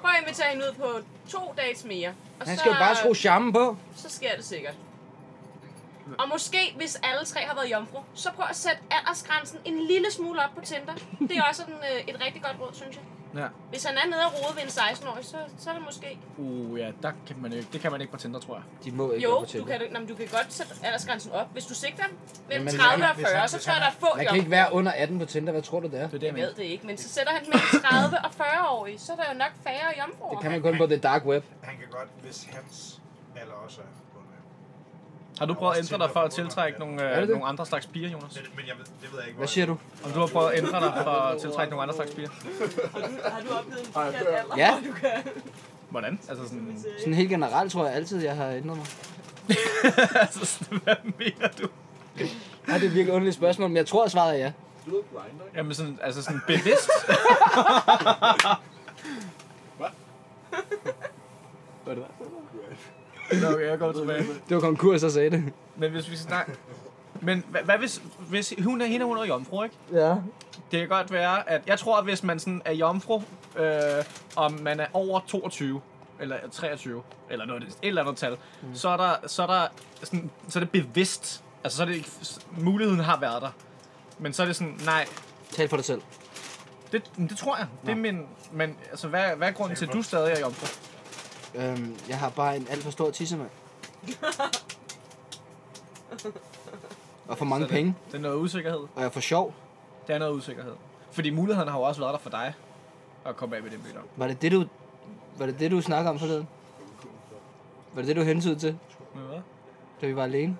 C: Prøv at invitere hende ud på to dates mere.
B: Han
C: Og så, øh,
B: skal jo bare skrue charmen på.
C: Så sker det sikkert. Og måske, hvis alle tre har været jomfru, så prøv at sætte aldersgrænsen en lille smule op på Tinder. Det er også sådan, øh, et rigtig godt råd, synes jeg.
A: Ja.
C: Hvis han er nede og rode ved en 16-årig, så, så er det måske...
A: Uh, ja, der kan man ikke, det kan man ikke på Tinder, tror jeg.
B: De må ikke være
C: Jo,
B: på
C: du
B: Tinder.
C: kan, nå, men du kan godt sætte aldersgrænsen op. Hvis du sigter mellem
B: Jamen,
C: 30 og
D: hvis han-
C: 40,
D: hvis
C: så
D: han-
C: tror jeg, der er få
B: Man kan ikke
C: jomfruer.
B: være under 18 på Tinder. Hvad tror du, det
A: Det
B: er?
A: er det, jeg
C: Jeg
A: mener.
C: ved det ikke, men så sætter han mellem 30 og 40-årige, så er der jo nok færre jomfruer.
B: Det kan man kun på The Dark Web.
D: Han kan godt, hvis hans alder også er under.
A: Har du prøvet at ændre dig for at tiltrække nogle,
B: det
A: øh,
B: det?
A: nogle andre slags piger, Jonas?
D: Men, men jeg, ved- det ved jeg ikke, hvor
B: Hvad siger du?
A: Om du har prøvet at ændre dig for at tiltrække nogle andre slags piger?
C: Har du oplevet en forkert alder?
B: Ja.
C: Du kan...
A: Hvordan? Altså sådan,
B: Sådan helt generelt tror jeg altid, jeg har ændret mig.
A: altså sådan, hvad mener du?
B: Ja, det er et virkelig underligt spørgsmål, men jeg tror, at svaret er ja.
A: Jamen sådan, altså sådan bevidst. Hvad? Hvad er det der? Nå, okay, jeg går tilbage.
B: Det var konkurs, der sagde det.
A: Men hvis vi snakker... Men hvad, hvad hvis, hvis hun er hende, hun er jomfru, ikke?
B: Ja.
A: Det kan godt være, at... Jeg tror, at hvis man sådan er jomfru, øh, og man er over 22, eller 23, eller noget, af det- et eller andet tal, mm. så, er der, så, er der sådan, så er det bevidst. Altså, så er det ikke... Muligheden har været der. Men så er det sådan, nej,
B: Tal for dig selv.
A: det, det tror jeg. Det er min... Men altså, hvad, hvad er grunden til, at du stadig er jomfru?
B: Øhm, jeg har bare en alt for stor tissemand. og for mange
A: Så det-
B: penge,
A: Det er noget usikkerhed.
B: og jeg er for sjov.
A: Det er noget usikkerhed. Fordi mulighederne har jo også været der for dig at komme af med det møder.
B: Var det det, du, var det, det, du snakkede om forleden? Var det det, du hentede til,
A: Med hvad?
B: da vi var alene?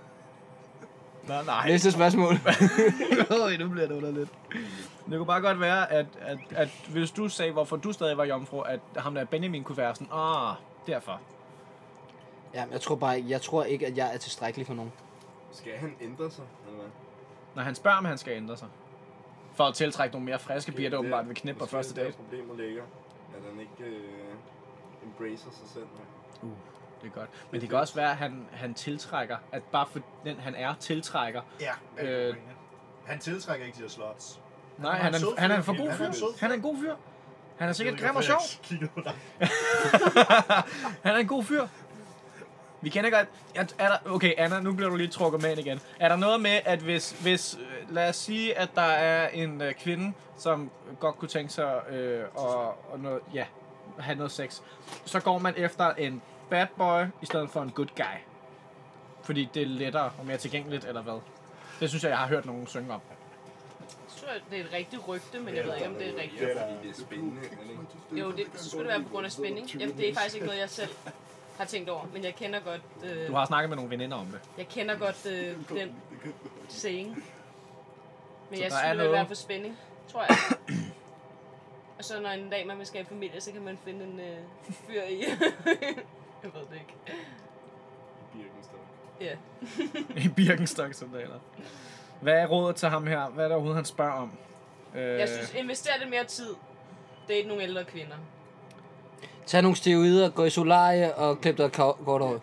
A: Nej, nej.
B: Næste spørgsmål.
A: Øj, nu bliver det underligt. Det kunne bare godt være, at, at, at hvis du sagde, hvorfor du stadig var jomfru, at ham der Benjamin kunne være sådan, ah, derfor.
B: Jamen, jeg tror bare ikke, jeg tror ikke, at jeg er tilstrækkelig for nogen.
E: Skal han ændre sig, eller hvad?
A: Når han spørger, om han skal ændre sig. For at tiltrække nogle mere friske piger, der åbenbart vil knippe på
E: Måske
A: første
E: er det
A: date.
E: der problemet ligger, at han ikke øh, embracer sig selv. mand.
A: Uh, det er godt. Men det kan også være, at han, han tiltrækker, at bare for den, han er, tiltrækker.
D: Ja,
A: Øh.
D: øh. Han tiltrækker ikke de her slots.
A: Nej, han er, en- han er en for god fyr. Han er en god fyr. Han er sikkert grim og sjov.
D: Kigger på dig.
A: Han er en god fyr. Vi kender godt... Er, er der, okay, Anna, nu bliver du lige trukket med ind igen. Er der noget med, at hvis... hvis øh, lad os sige, at der er en øh, kvinde, som godt kunne tænke sig øh, og, og noget, ja, at have noget sex, så går man efter en bad boy i stedet for en good guy. Fordi det er lettere og mere tilgængeligt, eller hvad? Det synes jeg, jeg har hørt nogen synge om.
C: Jeg tror, at det er et rigtigt rygte, men jeg ved ikke, om det er rigtigt.
E: Ja, fordi det er spændende, er det ikke?
C: Jo, det skulle det være på grund af spænding. Jamen, det er faktisk ikke noget, jeg selv har tænkt over, men jeg kender godt, øh,
A: Du har snakket med nogle veninder om det.
C: jeg kender godt øh, den saying. Men
A: Så der
C: jeg synes,
A: er
C: det vil være
A: noget.
C: for spænding, tror jeg. Og så når en dag man vil skabe familie, så kan man finde en øh, fyr i. jeg ved det ikke.
E: Birkenstock.
C: Ja.
A: I Birkenstock-sandaler. Hvad er rådet til ham her? Hvad er det overhovedet, han spørger om? Øh,
C: Jeg synes, invester lidt mere tid. Date nogle ældre kvinder.
B: Tag nogle steroider, gå i solarie og klip dig et kav- kort hår.
E: Eller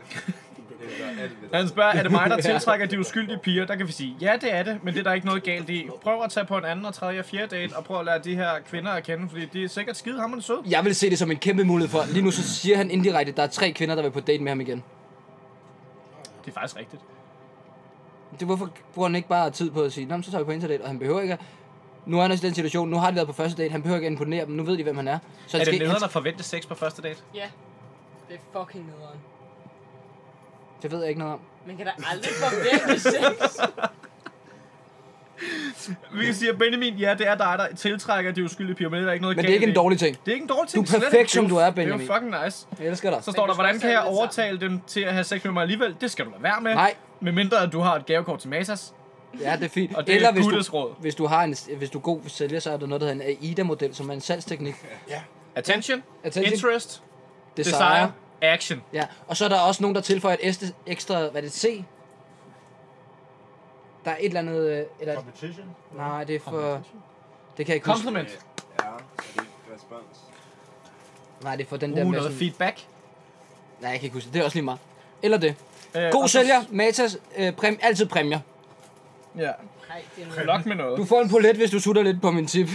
E: alt det der.
A: Han spørger, er det mig, der tiltrækker de uskyldige piger? Der kan vi sige, ja, det er det, men det er der ikke noget galt i. Prøv at tage på en anden og tredje og fjerde date, og prøv at lære de her kvinder at kende, fordi de er sikkert skide hammerende søde.
B: Jeg vil se det som en kæmpe mulighed for. Lige nu så siger han indirekte, at der er tre kvinder, der vil på date med ham igen.
A: Det er faktisk rigtigt.
B: Det, hvorfor bruger han ikke bare tid på at sige, "Nå, men så tager vi på internettet, og han behøver ikke at... Nu er han også i den situation, nu har de været på første date, han behøver ikke at imponere dem, nu ved de, hvem han er. Så
A: Er
B: han
A: det
B: ikke-
A: nederen at forvente sex på første date?
C: Ja. Det er fucking nederen.
B: Det ved jeg ikke noget om.
C: Man kan da aldrig forvente sex.
A: Vi siger, Benjamin, ja, det er dig, der tiltrækker de uskyldige piger, men det er der ikke noget
B: Men
A: galt
B: det er ikke en
A: i.
B: dårlig ting.
A: Det er ikke en dårlig
B: Du
A: ting.
B: er
A: slet ikke.
B: perfekt, som
A: Det
B: du er,
A: Det
B: Benjamin.
A: er jo fucking nice.
B: Jeg elsker dig.
A: Så står
C: du
A: der,
C: skal
A: hvordan
C: også
A: kan
C: have
A: jeg
C: det
A: overtale dem til at have sex med mig alligevel? Det skal du lade være med.
B: Nej.
A: Medmindre at du har et gavekort til Matas.
B: Ja, det er fint.
A: Og det er
B: hvis
A: Guttes
B: du,
A: råd.
B: hvis du, har en, hvis du er god sælger, så er der noget, der hedder en AIDA-model, som er en salgsteknik.
D: Ja.
A: Attention,
B: Attention.
A: interest,
B: Desire.
A: desire, action.
B: Ja, og så er der også nogen, der tilføjer et este- ekstra, hvad er det, C? Der er et eller andet, øh, eller,
D: Competition.
B: nej, det er for, det kan jeg ikke huske.
A: Compliment.
E: Ja, er det ikke respons?
B: Nej, det er for øh, den der
A: Uh,
B: med
A: noget
B: sådan,
A: feedback.
B: nej, jeg kan ikke huske det, det er også lige meget. Eller det.
A: Øh,
B: God
A: og så-
B: sælger, Matas, øh, præm, altid præmier.
A: Ja.
C: Nej, det er noget.
A: Lok med noget.
B: Du får en polet, hvis du sutter lidt på min tip.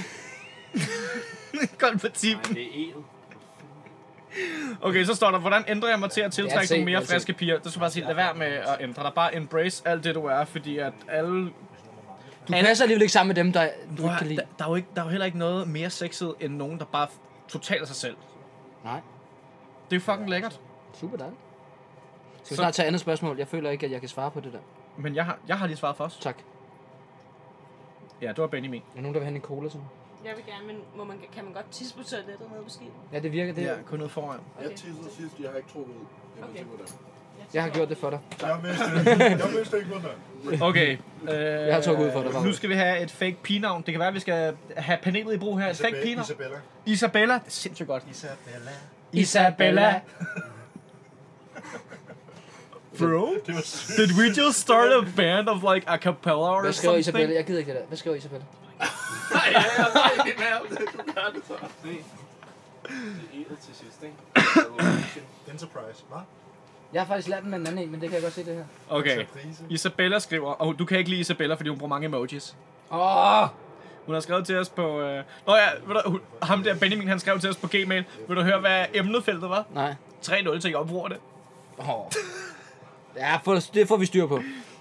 A: Godt på
E: Nej,
A: tippen.
E: det er el.
A: Okay, så står der, hvordan ændrer jeg mig til at tiltrække
B: Ja, se,
A: nogle mere
B: ja, se.
A: friske piger? Det skal bare sige, lad være med at ændre dig. Bare embrace alt det, du er, fordi at alle...
B: Du
A: Alle-
B: passer alligevel ikke sammen med dem, der du ikke kan
A: der,
B: lide.
A: der, er jo ikke, der er jo heller ikke noget mere sexet, end nogen, der bare f- totalt er sig selv.
B: Nej,
A: Det er fucking lækkert.
B: super dejligt. Skal vi
A: Så-
B: snart tage andet spørgsmål? Jeg føler ikke, at jeg kan svare på det der.
A: Men jeg har, jeg har lige svaret for os.
B: Tak.
A: Ja, det var Benjamin.
B: Er der nogen, der vil have en cola til mig?
C: Jeg vil gerne, men må man, kan man godt tisse på toilettet nede på skib?
B: Ja, det virker det.
A: kun noget foran.
C: Okay.
F: Jeg tissede sidst, jeg har ikke trukket ud. Jeg
C: Okay.
F: okay. på det.
B: Jeg har gjort det for dig.
D: Jeg vidste, jeg vidste ikke, hvordan.
A: Okay. Øh, jeg
B: har trukket ud for dig, bare.
A: Nu skal vi have et fake pigenavn. Det kan være, at vi skal have panelet i brug her. Et fake pigenavn.
D: Isabella.
A: Isabella. Det er sindssygt godt.
D: Isabella.
A: Isabella. Bro,
D: Det var sygt.
A: did we just start a band of like a cappella or
B: Hvad skriver
A: something?
B: Isabelle? Jeg gider ikke det der. Hvad skriver Isabelle?
E: Se. Det er el til sidst, ikke?
D: Enterprise. Hvad?
B: Jeg har faktisk lært den med en anden en, men det kan jeg godt se det her.
A: Okay.
D: Enterprise.
A: Isabella skriver, og du kan ikke lide Isabella, fordi hun bruger mange emojis.
B: Åh! Oh,
A: Hun har skrevet til os på... Øh... Nå ja, ved du, hun, ham der Benjamin, han skrev til os på Gmail. Vil du høre, hvad emnefeltet var?
B: nej.
A: 3-0 til, jeg opbruger det.
B: Oh. Ja, for, det får vi styr på.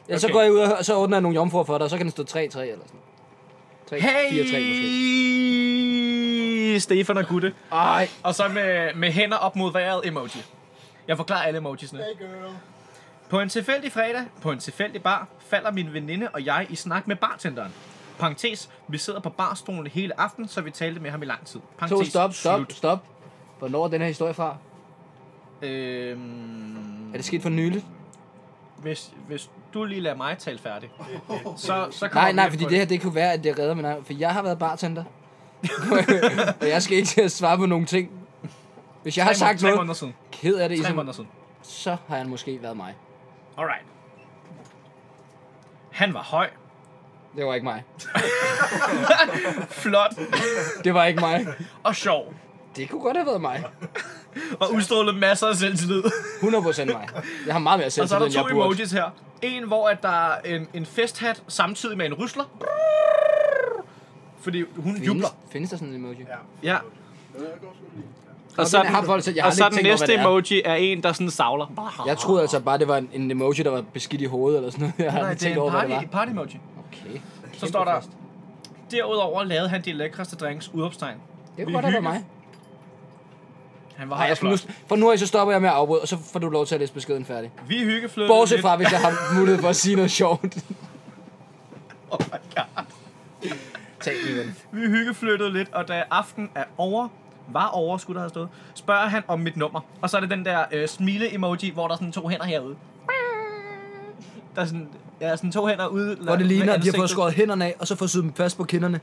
B: Ja, så
A: Okay.
B: går jeg ud og så ordner jeg nogle jomfruer for dig, og så kan det stå 3-3 eller sådan. 3, 4-3 måske.
A: Hey! Stefan og Gutte.
B: Ej,
A: Og så med, med hænder op mod vejret emoji. Jeg forklarer alle emojisene.
D: Hey girl.
A: På en tilfældig fredag, på en tilfældig bar, falder min veninde og jeg i snak med bartenderen. Parentes, vi sidder på barstolen hele aften, så vi talte med ham i lang tid. Parentes,
B: to stop, stop, stop. Hvornår er den her historie fra?
A: Øhm,
B: Er det sket for nyligt?
A: hvis, hvis du lige lader mig tale færdig, så, så kommer
B: Nej,
A: vi
B: nej,
A: ind
B: fordi
A: på
B: det her, det kunne være, at det redder mig. nej, For jeg har været bartender. og jeg skal ikke til at svare på nogle ting. Hvis jeg har
A: Tre må-
B: sagt
A: tre måneder
B: noget, Ligesom-
A: siden.
B: ked af det,
A: Tre
B: Isen,
A: måneder siden.
B: så har han måske været mig.
A: Alright. Han var høj.
B: Det var ikke mig.
A: Flot.
B: Det var ikke mig.
A: og sjov.
B: Det kunne godt have været mig.
A: Og udstrålede masser af selvtillid.
B: 100% mig. Jeg har meget mere
A: og så er
B: selvtillid,
A: der
B: end jeg
A: to
B: burde.
A: emojis her. En, hvor at der er en, en festhat samtidig med en rysler. Fordi hun jubler.
B: Findes, findes der sådan en emoji? Ja.
A: Ja.
F: Ja, jeg kan også godt lide.
A: Og
B: den har folk så- jeg har
A: og så
B: aldrig
A: den
B: tænkt over,
A: næste
B: hvad det er.
A: emoji er en, der sådan savler.
B: Jeg troede altså bare, det var en, en emoji, der var beskidt i hovedet eller sådan noget. Jeg har
A: Nej,
B: aldrig
A: det
B: tænkt
A: er
B: over,
A: en
B: hvad det
A: party,
B: var.
A: party emoji.
B: Okay.
A: Så står der, derudover lavede han de lækreste drinks udopstegn.
B: Det
A: vi
B: kunne godt have været
A: hygger.
B: mig.
A: Han var
B: Ej,
A: her
B: jeg skal nu,
A: flot.
B: for nu af, så stopper jeg med at afbryde, og så får du lov til at læse beskeden færdig.
A: Vi hyggeflyttede
B: Bortset
A: lidt.
B: fra, hvis jeg har mulighed for at sige noget sjovt.
A: Oh my God.
B: Tag lige ven.
A: Vi hyggeflyttede lidt, og da aften er over, var over, skulle der have stået, spørger han om mit nummer. Og så er det den der øh, smile-emoji, hvor der er sådan to hænder herude. Der er sådan, ja, sådan to hænder ude.
B: Hvor det
A: med
B: ligner, at de har
A: ansigtet.
B: fået skåret hænderne af, og så fået syet dem fast på kinderne.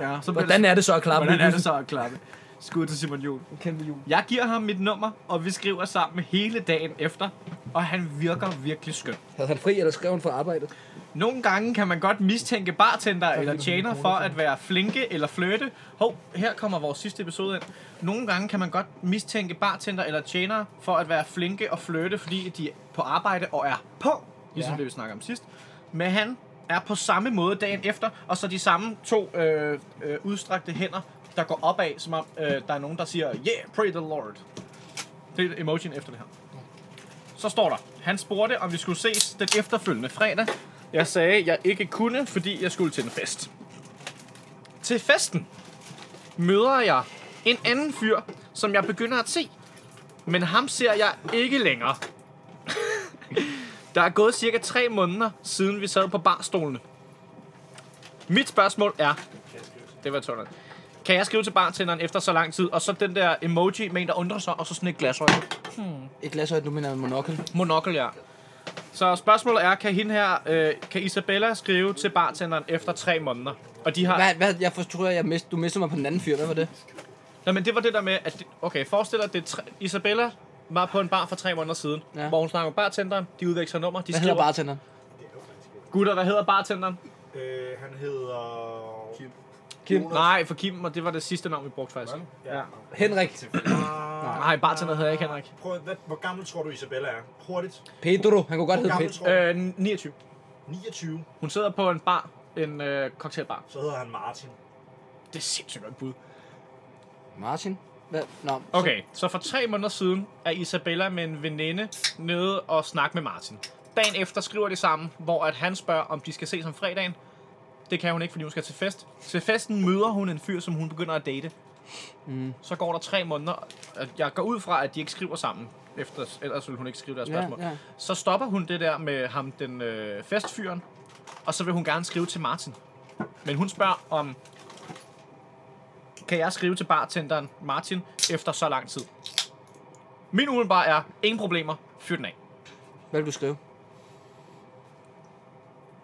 A: Ja, så bliver
B: Hvordan er det så at klappe?
A: Hvordan er
B: lige
A: det
B: pludselig?
A: så at klappe? Skud til Simon Juhl.
B: Kæmpe jul.
A: Jeg giver ham mit nummer, og vi skriver sammen hele dagen efter, og han virker virkelig skøn.
B: Havde han fri, eller skrev han fra arbejdet?
A: Nogle gange kan man godt mistænke bartender eller tjener for at være flinke eller flirte. Hov, her kommer vores sidste episode ind. Nogle gange kan man godt mistænke bartender eller tjener for at være flinke og flirte, fordi de er på arbejde og er på, ligesom
B: Ja.
A: det vi snakkede om sidst. Men han er på samme måde dagen efter, og så de samme to øh, øh, udstrakte hænder, der går opad, som om øh, der er nogen, der siger, yeah, pray the Lord. Det er emojien efter det her. Så står der, han spurgte, om vi skulle ses den efterfølgende fredag. Jeg sagde, jeg ikke kunne, fordi jeg skulle til en fest. Til festen møder jeg en anden fyr, som jeg begynder at se. Men ham ser jeg ikke længere. Der er gået cirka tre måneder, siden vi sad på barstolene. Mit spørgsmål er... Det var tårnet. Kan jeg skrive til bartenderen efter så lang tid, og så den der emoji med en, der undrer sig, og så sådan et glasøje?
B: Et glas øje, du mener en monokkel.
A: Monokkel, ja. Så spørgsmålet er, kan hende her, øh, kan Isabella skrive til bartenderen efter tre måneder? Og de har...
B: Hvad, hvad, jeg for- tror, jeg mist, du mistede mig på den anden fyr. Hvad var det?
A: Nå, men det var det der med, at... De, okay, forestil dig, at det er tre, Isabella var på en bar for tre måneder siden, ja.
B: Ja.
A: hvor hun snakker med bartenderen, de udveksler nummer, de
B: Hvad
A: skriver...
B: hedder bartenderen?
A: Gutter, hvad hedder bartenderen?
D: Øh, han hedder...
F: Kim.
B: Kim.
F: Jonas.
A: Nej, for Kim, og det var det sidste navn, vi brugte faktisk. Ja.
B: Henrik.
A: Nej, bartender hedder jeg ikke Henrik.
D: Ah. Prøv, hvad, hvor gammel tror du Isabella er? Hurtigt.
B: Pedro. Han kunne godt
D: Hvor
B: hedde
D: gammel
B: Pedro.
D: tror du?
A: Øh, 29.
D: 29.
A: Hun sidder på en bar, en øh, cocktailbar.
D: Så hedder han Martin.
A: Det er sindssygt godt bud.
B: Martin? Hvad? Nå.
A: Okay, så for tre måneder siden er Isabella med en veninde nede og snakke med Martin. Dagen efter skriver de sammen, hvor at han spørger, om de skal ses om fredagen. Det kan hun ikke, fordi hun skal til fest. Til festen møder hun en fyr, som hun begynder at date. Mm. Så går der tre måneder. og Jeg går ud fra, at de ikke skriver sammen. Efter, ellers ville hun ikke skrive deres
B: Ja,
A: spørgsmål.
B: ja.
A: Så stopper hun det der med ham, den øh, festfyren. Og så vil hun gerne skrive til Martin. Men hun spørger om, kan jeg skrive til bartenderen Martin efter så lang tid? Min umiddelbare er, ingen problemer, fyr den af.
B: Hvad vil du skrive?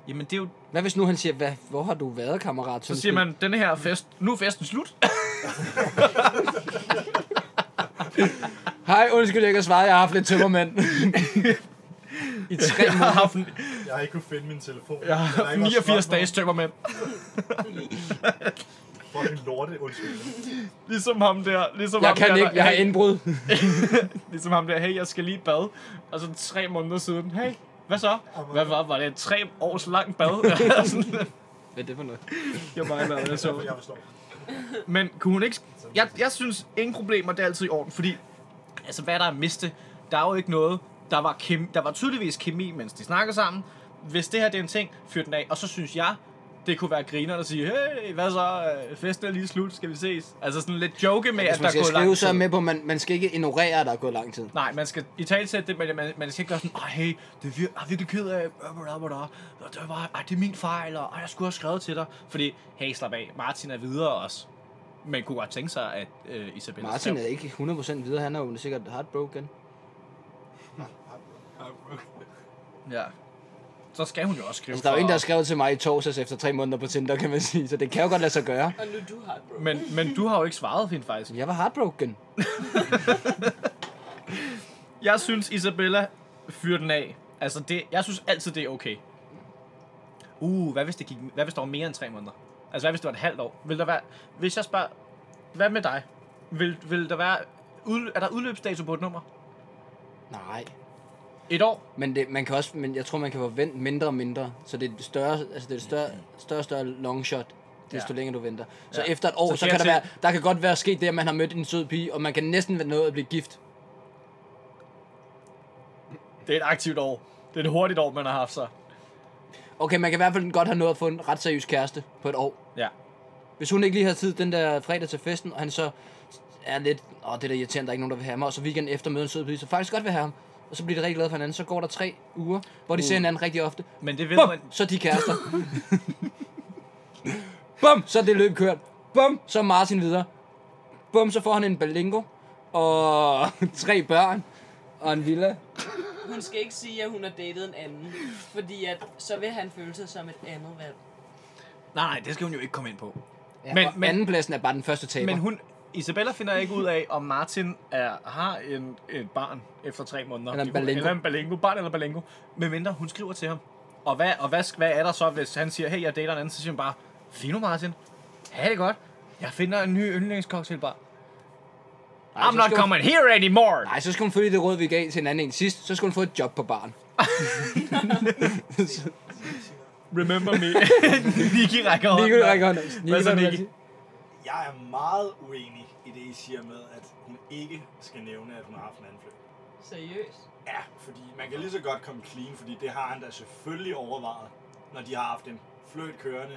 A: Jamen det er jo...
B: Hvad hvis nu han siger, hvad, hvor har du været, kammerat?
A: Så siger man, den her fest, nu er festen slut.
B: Hej, undskyld, jeg ikke har svaret. Jeg har haft lidt tømmermænd. I tre
A: Jeg har
B: måneder.
A: haft, en,
D: Jeg har ikke kunnet finde min telefon.
A: jeg har haft 89 dages tømmermænd.
D: Fucking lorte, undskyld.
A: Ligesom ham der. Ligesom
B: Jeg
A: ham
B: kan
A: der,
B: ikke.
A: der-
B: Jeg har
A: hey,
B: indbrud.
A: Ligesom ham der, hey, jeg skal lige i bad. Og så tre måneder siden, hey, hvad så? Hvad var, var det et tre års langt bad? Sådan,
B: Hvad er det for noget?
A: jeg var bare jeg så.
D: Jeg forstår.
A: Men kunne hun ikke... Jeg, jeg synes, ingen problemer, det er altid i orden, fordi... Altså, hvad er der er at miste? Der er jo ikke noget... Der var, kemi, der var tydeligvis kemi, mens de snakker sammen. Hvis det her det er en ting, fyr den af. Og så synes jeg, det kunne være griner at sige, hey, hvad så? Øh, Festen er lige slut, skal vi ses? Altså sådan lidt joke med, at
B: Hvis
A: der
B: man skal
A: går
B: skrive,
A: lang
B: så
A: tid.
B: er jeg med på, at man, man skal ikke ignorere, at der er gået lang tid.
A: Nej, man skal i tale sætte det, men man, man skal ikke gøre sådan, ej, hey, det er vir- jeg er virkelig ked af, øh, bla, bla, bla. Og det var, ej, det er min fejl, og ej, jeg skulle have skrevet til dig. Fordi, hey, slap af, Martin er videre også. Man kunne godt tænke sig, at øh, Isabella
B: Martin er ikke 100% videre. Han er jo sikkert heartbroken.
A: Ja. så skal hun jo også skrive
B: Altså, der er jo
A: for-
B: en, der har skrevet til mig i torsdags efter tre måneder på Tinder, kan man sige. Så det kan jo godt lade sig gøre.
C: Og nu er du har bro.
A: men, men du har jo ikke svaret hende faktisk.
B: Jeg var heartbroken.
A: Jeg synes, Isabella fyrer den af. Altså, det, jeg synes altid, det er okay. Uh, hvad hvis, det gik, hvad hvis der var mere end tre måneder? Altså, hvad hvis det var et halvt år? Vil der være, hvis jeg spørger, hvad med dig? Vil, vil der være, ud, er der udløbsdato på et nummer?
B: Nej.
A: Et år?
B: Men, det, man kan også, men jeg tror, man kan forvente mindre og mindre. Så det er et større, altså det er et større, større, større long shot, desto
A: Ja.
B: længere du venter. Så
A: Ja.
B: efter et år,
A: Så
B: så, så
A: det
B: kan
A: er
B: der, være, der kan godt være sket det, at man har mødt en sød pige, og man kan næsten være nået at blive gift.
A: Det er et aktivt år. Det er et hurtigt år, man har haft så.
B: Okay, man kan i hvert fald godt have nået at få en ret seriøs kæreste på et år.
A: Ja.
B: Hvis hun ikke lige har tid den der fredag til festen, og han så er lidt, åh, det er da irriterende, der er ikke nogen, der vil have mig, og så weekend efter møder en sød pige, så faktisk godt vil have ham, og så bliver de rigtig glade for hinanden, så går der tre uger, hvor de ser hinanden rigtig ofte.
A: Men det ved
B: Mm. Bum,
A: man...
B: så er de kærester. Bum, så er det løb kørt. Bum, så er Martin videre. Bum, så får han en balingo, og tre børn, og en villa.
C: Hun skal ikke sige, at hun har datet en anden. Fordi at, så vil han føle sig som et andet valg.
A: Nej, nej, det skal hun jo ikke komme ind på.
B: Ja,
A: Men-
B: men, men,
A: men-
B: andenpladsen er bare den første taber.
A: Men hun... Isabella finder ikke ud af, om Martin er, har en, et barn efter tre måneder.
B: Eller en balingo.
A: Eller en balingo. Barn eller balingo. Medmindre hun skriver til ham. Og hvad, og hvad, sk- hvad er der så, hvis han siger, hey, jeg dater en anden, så siger hun bare, Fino Martin, ha' det godt. Jeg finder en ny yndlingscocktailbar.
B: Ej,
A: I'm
B: så
A: not
B: skal hun-
A: coming here anymore.
B: Nej, så skal hun følge det råd, vi gav til en anden en sidst. Så skal hun få et job på baren.
A: Remember me. Nicky rækker hånden.
B: Nico,
A: op.
B: rækker hånden. op.
A: Hvad så,
B: hvad vil du
A: Nicky?
B: sige?
D: Jeg er meget uenig i det, I siger med, at hun ikke skal nævne, at hun har haft en anden fløjt.
C: Seriøst.
D: Ja, fordi man kan lige så godt komme clean, fordi det har han da selvfølgelig overvejet, når de har haft en fløjt kørende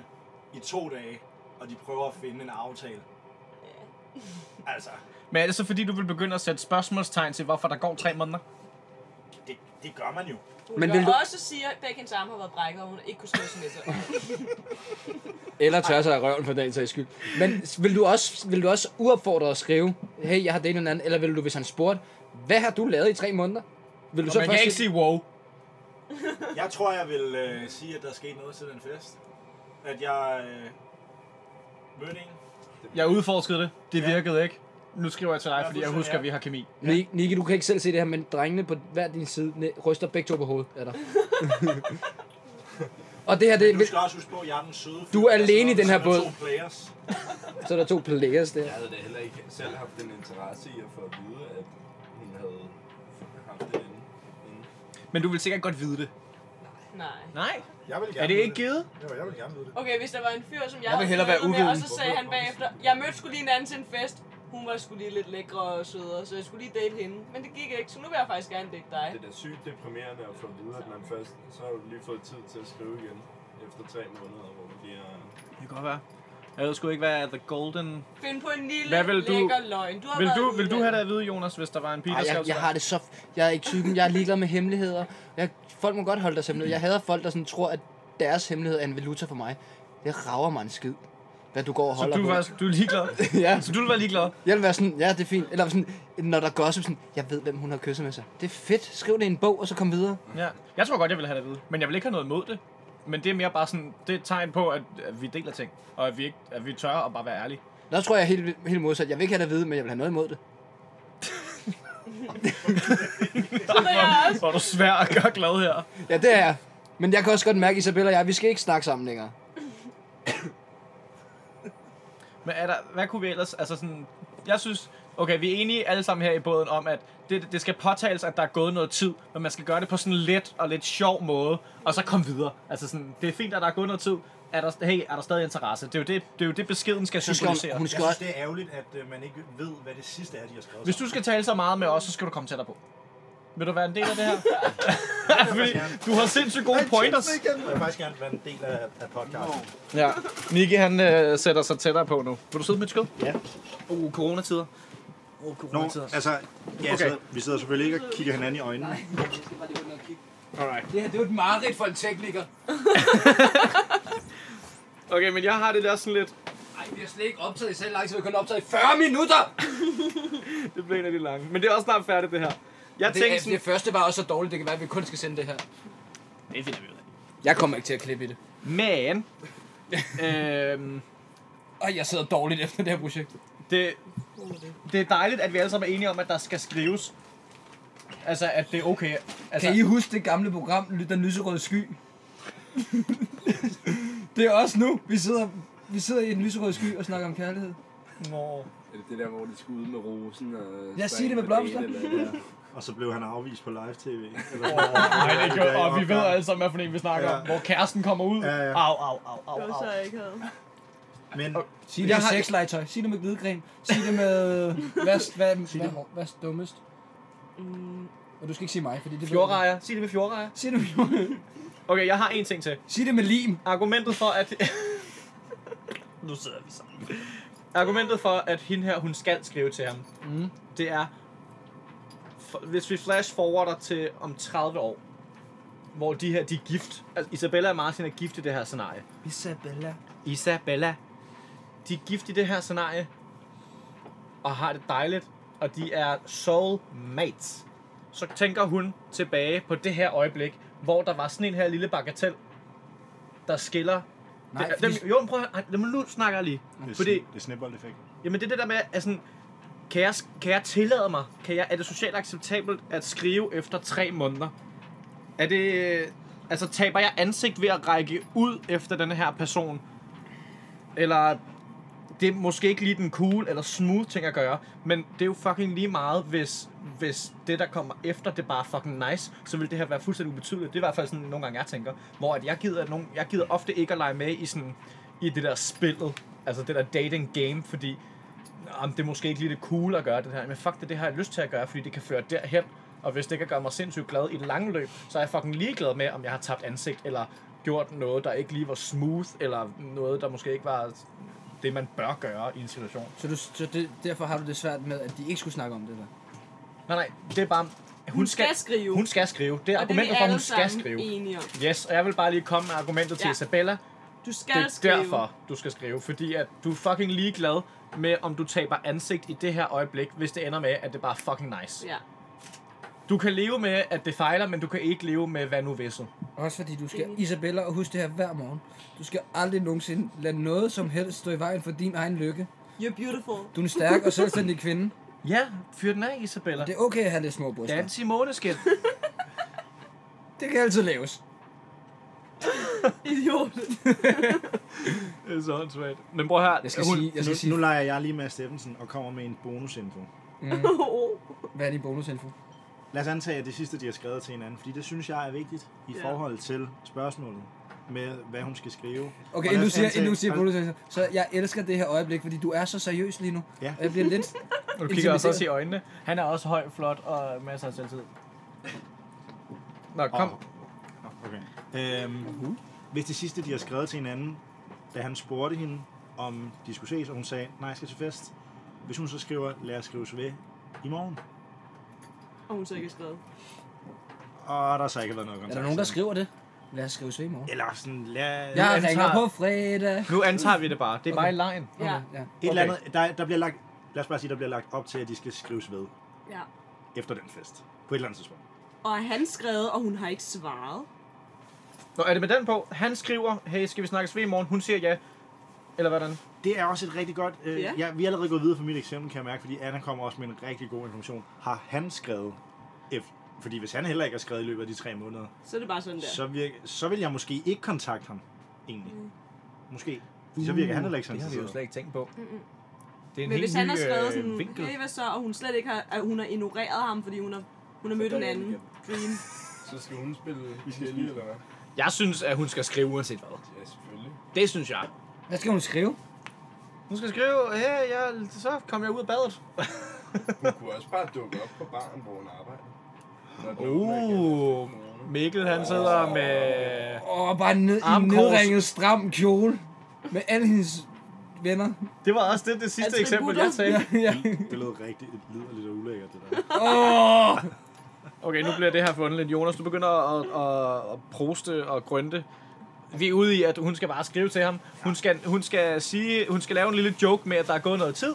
D: i to dage, og de prøver at finde en aftale. Altså,
A: Men er det så, fordi du vil begynde at sætte spørgsmålstegn til, hvorfor der går tre måneder?
D: det, det gør man jo.
B: Men
C: Hun men
B: vil du-
C: du... også sige, at begge hendes arme har været brækket, og hun ikke kunne stå med sig.
B: Eller tør sig af røven for dagens sags skyld. Men vil du også, vil du også uopfordre at skrive, hey, jeg har datet en anden, eller vil du, hvis han spurgte, hvad har du lavet i tre måneder? Vil du
A: Og man kan ikke sige wow.
D: Jeg tror, jeg vil øh, sige, at der skete noget til den fest. At jeg øh, mødte en.
A: Jeg udforskede det. Det virkede ikke. Nu skriver jeg til dig,
D: Ja,
A: fordi jeg
D: fuldstændig,
A: husker,
D: ja.
A: at vi har kemi.
B: Nik- Nicky, du kan ikke selv se det her, men drengene på hver din side næ- ryster begge to på hovedet af dig. og det her, det
D: Men du
B: vil,
D: skal også huske på, at jeg er den søde. fyr,
B: Du er
D: der sidder
B: alene i
D: ved
B: den her
D: siden
B: båd.
D: af To players.
B: så er der to players der.
E: Jeg havde da heller ikke selv haft en interesse i at få at vide, at hun havde haft det inde. inde.
A: Men du vil sikkert godt vide det.
C: Nej.
A: Nej.
F: Jeg vil gerne
A: Er det
F: vide
A: ikke givet?
F: Jo, jeg vil gerne vide det.
C: Okay, hvis der var en fyr, som jeg,
B: Jeg vil hellere være
C: flirtet med, og
B: uvidende.
C: så sagde han bagefter, jeg mødte skulle lige en anden til en fest. Hun var skulle lige lidt lækre og sødere, så jeg skulle lige date hende. Men det gik ikke, så nu vil jeg faktisk gerne date dig.
E: Det er da sygt deprimerende at få at vide, at man først... Så har du lige fået tid til at skrive igen efter tre måneder, hvor du lige har...
A: Det kan godt være. Jeg ved sgu ikke, hvad er The Golden...
C: Find på en lille,
A: Hvad vil du-
C: lækker løgn. Du har
A: Vil
C: været
A: du, vil du
C: ude.
A: have det at vide, Jonas, hvis der var en pige, der
B: Ej,
A: skrev
B: jeg,
A: til
B: jeg
A: dig?
B: har det så... Jeg er ikke typen, jeg er ligeglad med hemmeligheder. Jeg, folk må godt holde deres hemmelighed. Jeg hader folk, der sådan tror, at deres hemmelighed er en valuta for mig. Det rager mig en skid, hvad du går og
A: Så
B: holder
A: du,
B: på.
A: er faktisk, du er ligeglad?
B: Ja,
A: Så du vil være ligeglad?
B: jeg vil være sådan, ja, det er fint. Eller sådan, når der gossip, sådan, jeg ved, hvem hun har kysset med sig. Det er fedt. Skriv det i en bog, og så kom videre.
A: Ja. Jeg tror godt, jeg vil have det at vide. Men jeg vil ikke have noget imod det. Men det er mere bare sådan, det er et tegn på, at at vi deler ting. Og at vi, ikke, at vi tør at bare være ærlige.
B: Der tror jeg er helt, helt modsat. Jeg vil ikke have det at vide, men jeg vil have noget imod det.
C: Det er jeg også.
A: Hvor er du svær at gøre glad her.
B: Ja, det er jeg. Men jeg kan også godt mærke, Isabella og jeg, vi skal ikke snakke sammen længere.
A: Men er der, hvad kunne vi ellers, altså sådan, jeg synes, okay, vi er enige alle sammen her i båden om, at det, det skal påtales, at der er gået noget tid, men man skal gøre det på sådan en let og lidt sjov måde, og så komme videre. Altså sådan, det er fint, at der er gået noget tid, er der, hey, er der stadig interesse? Det er jo det, det, er jo det beskeden skal
B: Så skal hun,
A: symbolisere.
B: hun
D: Jeg
B: skal
D: synes,
B: også...
D: det er ærgerligt, at øh, man ikke ved, hvad det sidste er, de har skrevet.
A: Hvis du skal tale så meget med os, så skal du komme tættere på. Vil du være en del af det her? Fordi du har sindssygt gode pointers.
D: sammen. Jeg vil faktisk gerne være en del af, af podcasten.
A: Ja. Nicky, han øh, sætter sig tættere på nu. Vil du sidde med et skød?
D: Ja.
A: Uh, coronatider. Uh,
D: Nå,
A: coronatider.
D: altså, ja, okay. så, vi sidder selvfølgelig ikke og kigger hinanden i øjnene.
A: Alright.
B: Det her, det er jo et mareridt for en tekniker.
A: Okay, men jeg har det der sådan lidt,
B: Nej, vi har slet ikke optaget i så lang tid. Vi har kun optaget i 40 minutter.
A: Det bliver en af de lange. Men det er også snart færdigt, det her. Jeg
B: Det,
A: tænkte
B: det,
A: sådan...
B: det første var også så dårligt, det kan være, at vi kun skal sende det her.
A: Det finder vi ud af.
B: Jeg kommer ikke til at klippe i det.
A: Men, øhm,
B: Og jeg sidder dårligt efter det her projekt.
A: det, det er dejligt, at vi alle sammen er enige om, at der skal skrives. Altså, at det er okay. Altså,
B: Kan I huske det gamle program, Ly- Den lyserøde sky? det er også nu. Vi sidder, vi sidder i en lyserød sky og snakker om kærlighed.
A: Nå.
E: Er det det der, hvor de skal ud med rosen og...
B: Jeg siger det med blomster.
D: Og så blev han afvist på live-tv.
A: Nej, det gør, og vi ved altså- alle sammen, hvad for en vi snakker om.
D: Ja.
A: Hvor kæresten kommer ud.
D: Ja, ja.
A: Au, au, au, au,
G: Det var så
A: au.
G: jeg ikke havde.
A: Ah,
D: Men
B: Sig det
A: Jeg
B: med
A: har-
B: sexlegetøj. Sig det med glidecreme. Sig det med... Hvad, hvad, hvad, hvad, hvad er dummest?
C: Mm,
B: Og du skal ikke sige mig, fordi det ved jeg
A: Fjordrejer. Sig det med fjordrejer.
B: ikke. Sig det med fjordrejer.
A: Okay, jeg har en ting til.
B: Sig det med lim.
A: Argumentet for, at... nu sidder vi sammen. Argumentet for, at hende her, hun skal skrive til ham,
B: Mm.
A: det er... For, hvis vi flash forwarder til om 30 år, hvor de her, de er gift. Altså, Isabella og Martin er gift i det her scenarie.
B: Isabella.
A: Isabella. De er gift i det her scenarie, og har det dejligt, og de er soulmates. Så tænker hun tilbage på det her øjeblik, hvor der var sådan en her lille bagatel, der skiller...
B: Nej,
A: det,
B: fordi-
A: dem, jo, men prøv at høre, ej, men nu snakker jeg lige. Fordi,
D: det er snibbold-effekt.
A: jamen det er det der med, at sådan, kan jeg, kan jeg tillade mig, kan jeg, er det socialt acceptabelt at skrive efter tre måneder? Er det, øh, altså taber jeg ansigt ved at række ud efter den her person? Eller, det er måske ikke lige den cool eller smooth ting at gøre, men det er jo fucking lige meget, hvis, hvis det der kommer efter, det er bare fucking nice, så vil det her være fuldstændig ubetydeligt. Det er i hvert fald sådan nogle gange, jeg tænker, hvor at jeg gider, nogen, jeg gider ofte ikke at lege med i sådan, i det der spillet, altså det der dating game, fordi om det er måske ikke lige det cool at gøre det her, men fuck det, det har jeg lyst til at gøre, fordi det kan føre derhen, og hvis det kan gøre mig sindssygt glad i det lange løb, så er jeg fucking ligeglad med, om jeg har tabt ansigt, eller gjort noget, der ikke lige var smooth, eller noget, der måske ikke var det, man bør gøre i en situation.
B: Så, du, så det, derfor har du det svært med, at de ikke skulle snakke om det der.
A: Nej, nej, det er bare... Hun,
C: Hun skal skrive.
A: Hun skal skrive. Det er
C: og det er vi
A: argumentet for, at
C: alle
A: hun skal
C: sammen
A: skrive.
C: enige om.
A: Yes, og jeg vil bare lige komme med argumentet til
C: Ja.
A: Isabella.
C: Du skal
A: det er
C: skrive.
A: derfor, du skal skrive. Fordi at du er fucking ligeglad med, om du taber ansigt i det her øjeblik, hvis det ender med, at det bare er fucking nice.
C: Ja.
A: Du kan leve med, at det fejler, men du kan ikke leve med, hvad nu hvis så.
B: Også fordi du skal, Isabella, og husk det her hver morgen. Du skal aldrig nogensinde lade noget som helst stå i vejen for din egen lykke.
C: You're beautiful.
B: Du er en stærk og selvstændig kvinde.
A: Ja, fyr den af, Isabella.
B: Det er okay at have lidt små bryster.
A: Dans i måneskin.
B: Det kan altid laves.
C: Idiot.
A: det er så håndsvagt. Men prøv her.
B: Jeg skal sige, jeg
D: Nu,
B: skal sige,
D: nu leger jeg lige med Steffensen og kommer med en bonusinfo.
B: Mm. hvad er din bonusinfo?
D: Lad os antage, at det sidste, de har skrevet til hinanden, fordi det synes jeg er vigtigt i
G: Ja.
D: forhold til spørgsmålet med, hvad hun skal skrive.
B: Okay,
D: Og
B: inden
D: lad
B: du
D: os
B: siger,
D: antage-
B: inden du siger
D: og-
B: bonusinfo, så jeg elsker det her øjeblik, fordi du er så seriøs lige nu.
D: Ja.
B: Og jeg bliver lidt...
A: Nu kigger jeg også også i øjnene. Han er også høj, flot og masser af selvtid. Nå, kom.
D: Åh. Okay. Øhm, hvis det sidste, de har skrevet til hinanden, da han spurgte hende, om de skulle ses, og hun sagde, nej, jeg skal til fest. Hvis hun så skriver, lad os skrives ved i morgen.
C: Og hun så ikke er skrevet.
D: Og der har så ikke været noget
B: Er
D: kontakt.
B: der nogen, der
D: siden.
B: skriver det? Lad os skrive i morgen.
D: Eller sådan, lad...
B: Jeg
A: antager-
B: ringer på fredag.
A: Nu antager vi det bare. Det er
B: Okay.
A: bare i lejen.
C: Ja.
B: ja.
D: Et eller andet, der, der bliver lagt, lad os bare sige, der bliver lagt op til, at de skal skrives ved
C: ja.
D: efter den fest. På et eller andet tidspunkt.
C: Og er han skrevet, og hun har ikke svaret?
A: Nå, er det med den på? Han skriver, hey, skal vi snakkes ved i morgen? Hun siger ja. Eller hvordan?
D: Det er også et rigtig godt... Øh,
C: Ja.
D: ja. ja. vi er allerede gået videre fra mit eksempel, kan jeg mærke, fordi Anna kommer også med en rigtig god information. Har han skrevet... F- fordi hvis han heller ikke har skrevet i løbet af de tre måneder,
C: Så er det bare sådan der.
D: så, virk, så vil jeg måske ikke kontakte ham, egentlig. Mm. Måske. Fordi så virker han heller ikke sådan. interesseret.
A: ikke tænkt på.
C: Mm-mm.
A: Det er en
C: Men hvis
A: helt
C: han
A: ny,
C: har skrevet
A: øh,
C: sådan,
A: vinkel.
C: hey, hvad så, og hun slet ikke har, at hun har ignoreret ham, fordi hun har, hun har mødt en anden. Dream.
E: Så skal hun spille vi skal lige, eller hvad?
A: Jeg synes, at hun skal skrive uanset hvad.
E: Ja, selvfølgelig.
A: Det synes jeg.
B: Hvad skal hun skrive?
A: Hun skal skrive, hey, jeg, så kom jeg ud af badet.
E: Hun kunne også bare dukke op på baren, hvor hun arbejder. Når det åbner igen
A: Uh,
E: efter corona.
A: Mikkel han sidder med...
B: Åh, oh, bare ned i en
A: Armkors.
B: nedringet stram kjole. Med alle hendes venner.
A: Det var også det, det sidste
C: Attributter.
A: eksempel, jeg
B: Ja,
A: sagde.
B: ja.
D: Det lød rigtig lidt og ulækkert, det der.
B: Åh, oh,
A: Okay, nu bliver det her for underligt. Jonas, du begynder at, at, at proste og grønte. Vi er ude i, at hun skal bare skrive til ham. Hun skal, hun skal, sige, hun skal lave en lille joke med, at der er gået noget tid.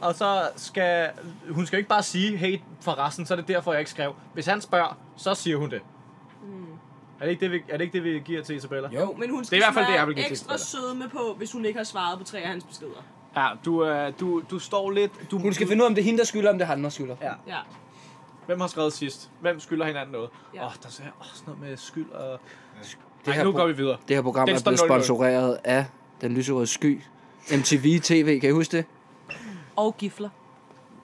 A: Og så skal... Hun skal jo ikke bare sige, hey, forresten, så er det derfor, jeg ikke skrev. Hvis han spørger, så siger hun det. Er det ikke det, vi, er det, ikke det, vi giver til Isabella?
B: Jo.
C: Mm. Men hun
A: Det er
C: skal
A: i hvert fald det,
C: smøre
A: jeg vil give til
C: ekstra sødme på, hvis hun ikke har svaret på tre af hans beskeder.
A: Ja, du, øh, du, du står lidt... Du,
B: Hun skal finde ud af, om det er hende, der skylder, om det er han, der skylder.
A: Ja.
C: Ja.
A: Hvem har skrevet sidst? Hvem skylder hinanden noget? Åh,
C: Ja.
A: ja. oh, der er oh, sådan noget med skyld og...
B: Det
A: Nej,
B: her,
A: nu går
B: pro-
A: vi videre.
B: det her program
A: Den
B: er
A: står
B: blevet
A: 0-0.
B: sponsoreret af Den Lyserøde Sky. MTV TV, kan I huske det?
C: Og gifler.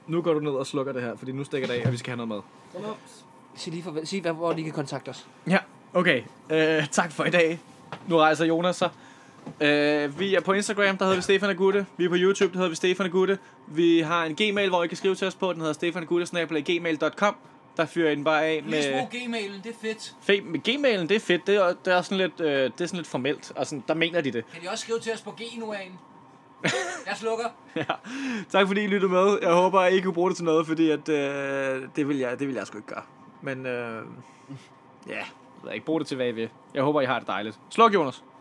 A: Nu går du ned og slukker det her, fordi nu stikker det af, og vi skal have noget mad.
B: Sig lige for, sig, hvad, hvor de kan kontakte os.
A: Ja, okay. Øh, tak for i dag. Nu rejser Jonas sig. Øh, vi er på Instagram, der hedder vi Stefan og Gutte. Vi er på YouTube, der hedder vi Stefan og Gutte. Vi har en gmail, hvor I kan skrive til os på. Den hedder stefanoggutte.gmail.com. Der fyrer I den bare af med...
H: Lysmo Gmailen, det er fedt.
A: Fe- med Gmailen, det er fedt. Det er, det er, sådan, lidt, øh, det er sådan lidt formelt. Og sådan, der mener de det.
H: Kan de også skrive til os på G nu af? Jeg slukker.
A: Tak fordi I lyttede med. Jeg håber, I ikke kunne bruge det til noget, fordi at, øh, det, vil jeg, det vil jeg sgu ikke gøre. Men øh, ja, jeg ved ikke. Brug det til, hvad I vil. Jeg håber, I har det dejligt. Sluk, Jonas.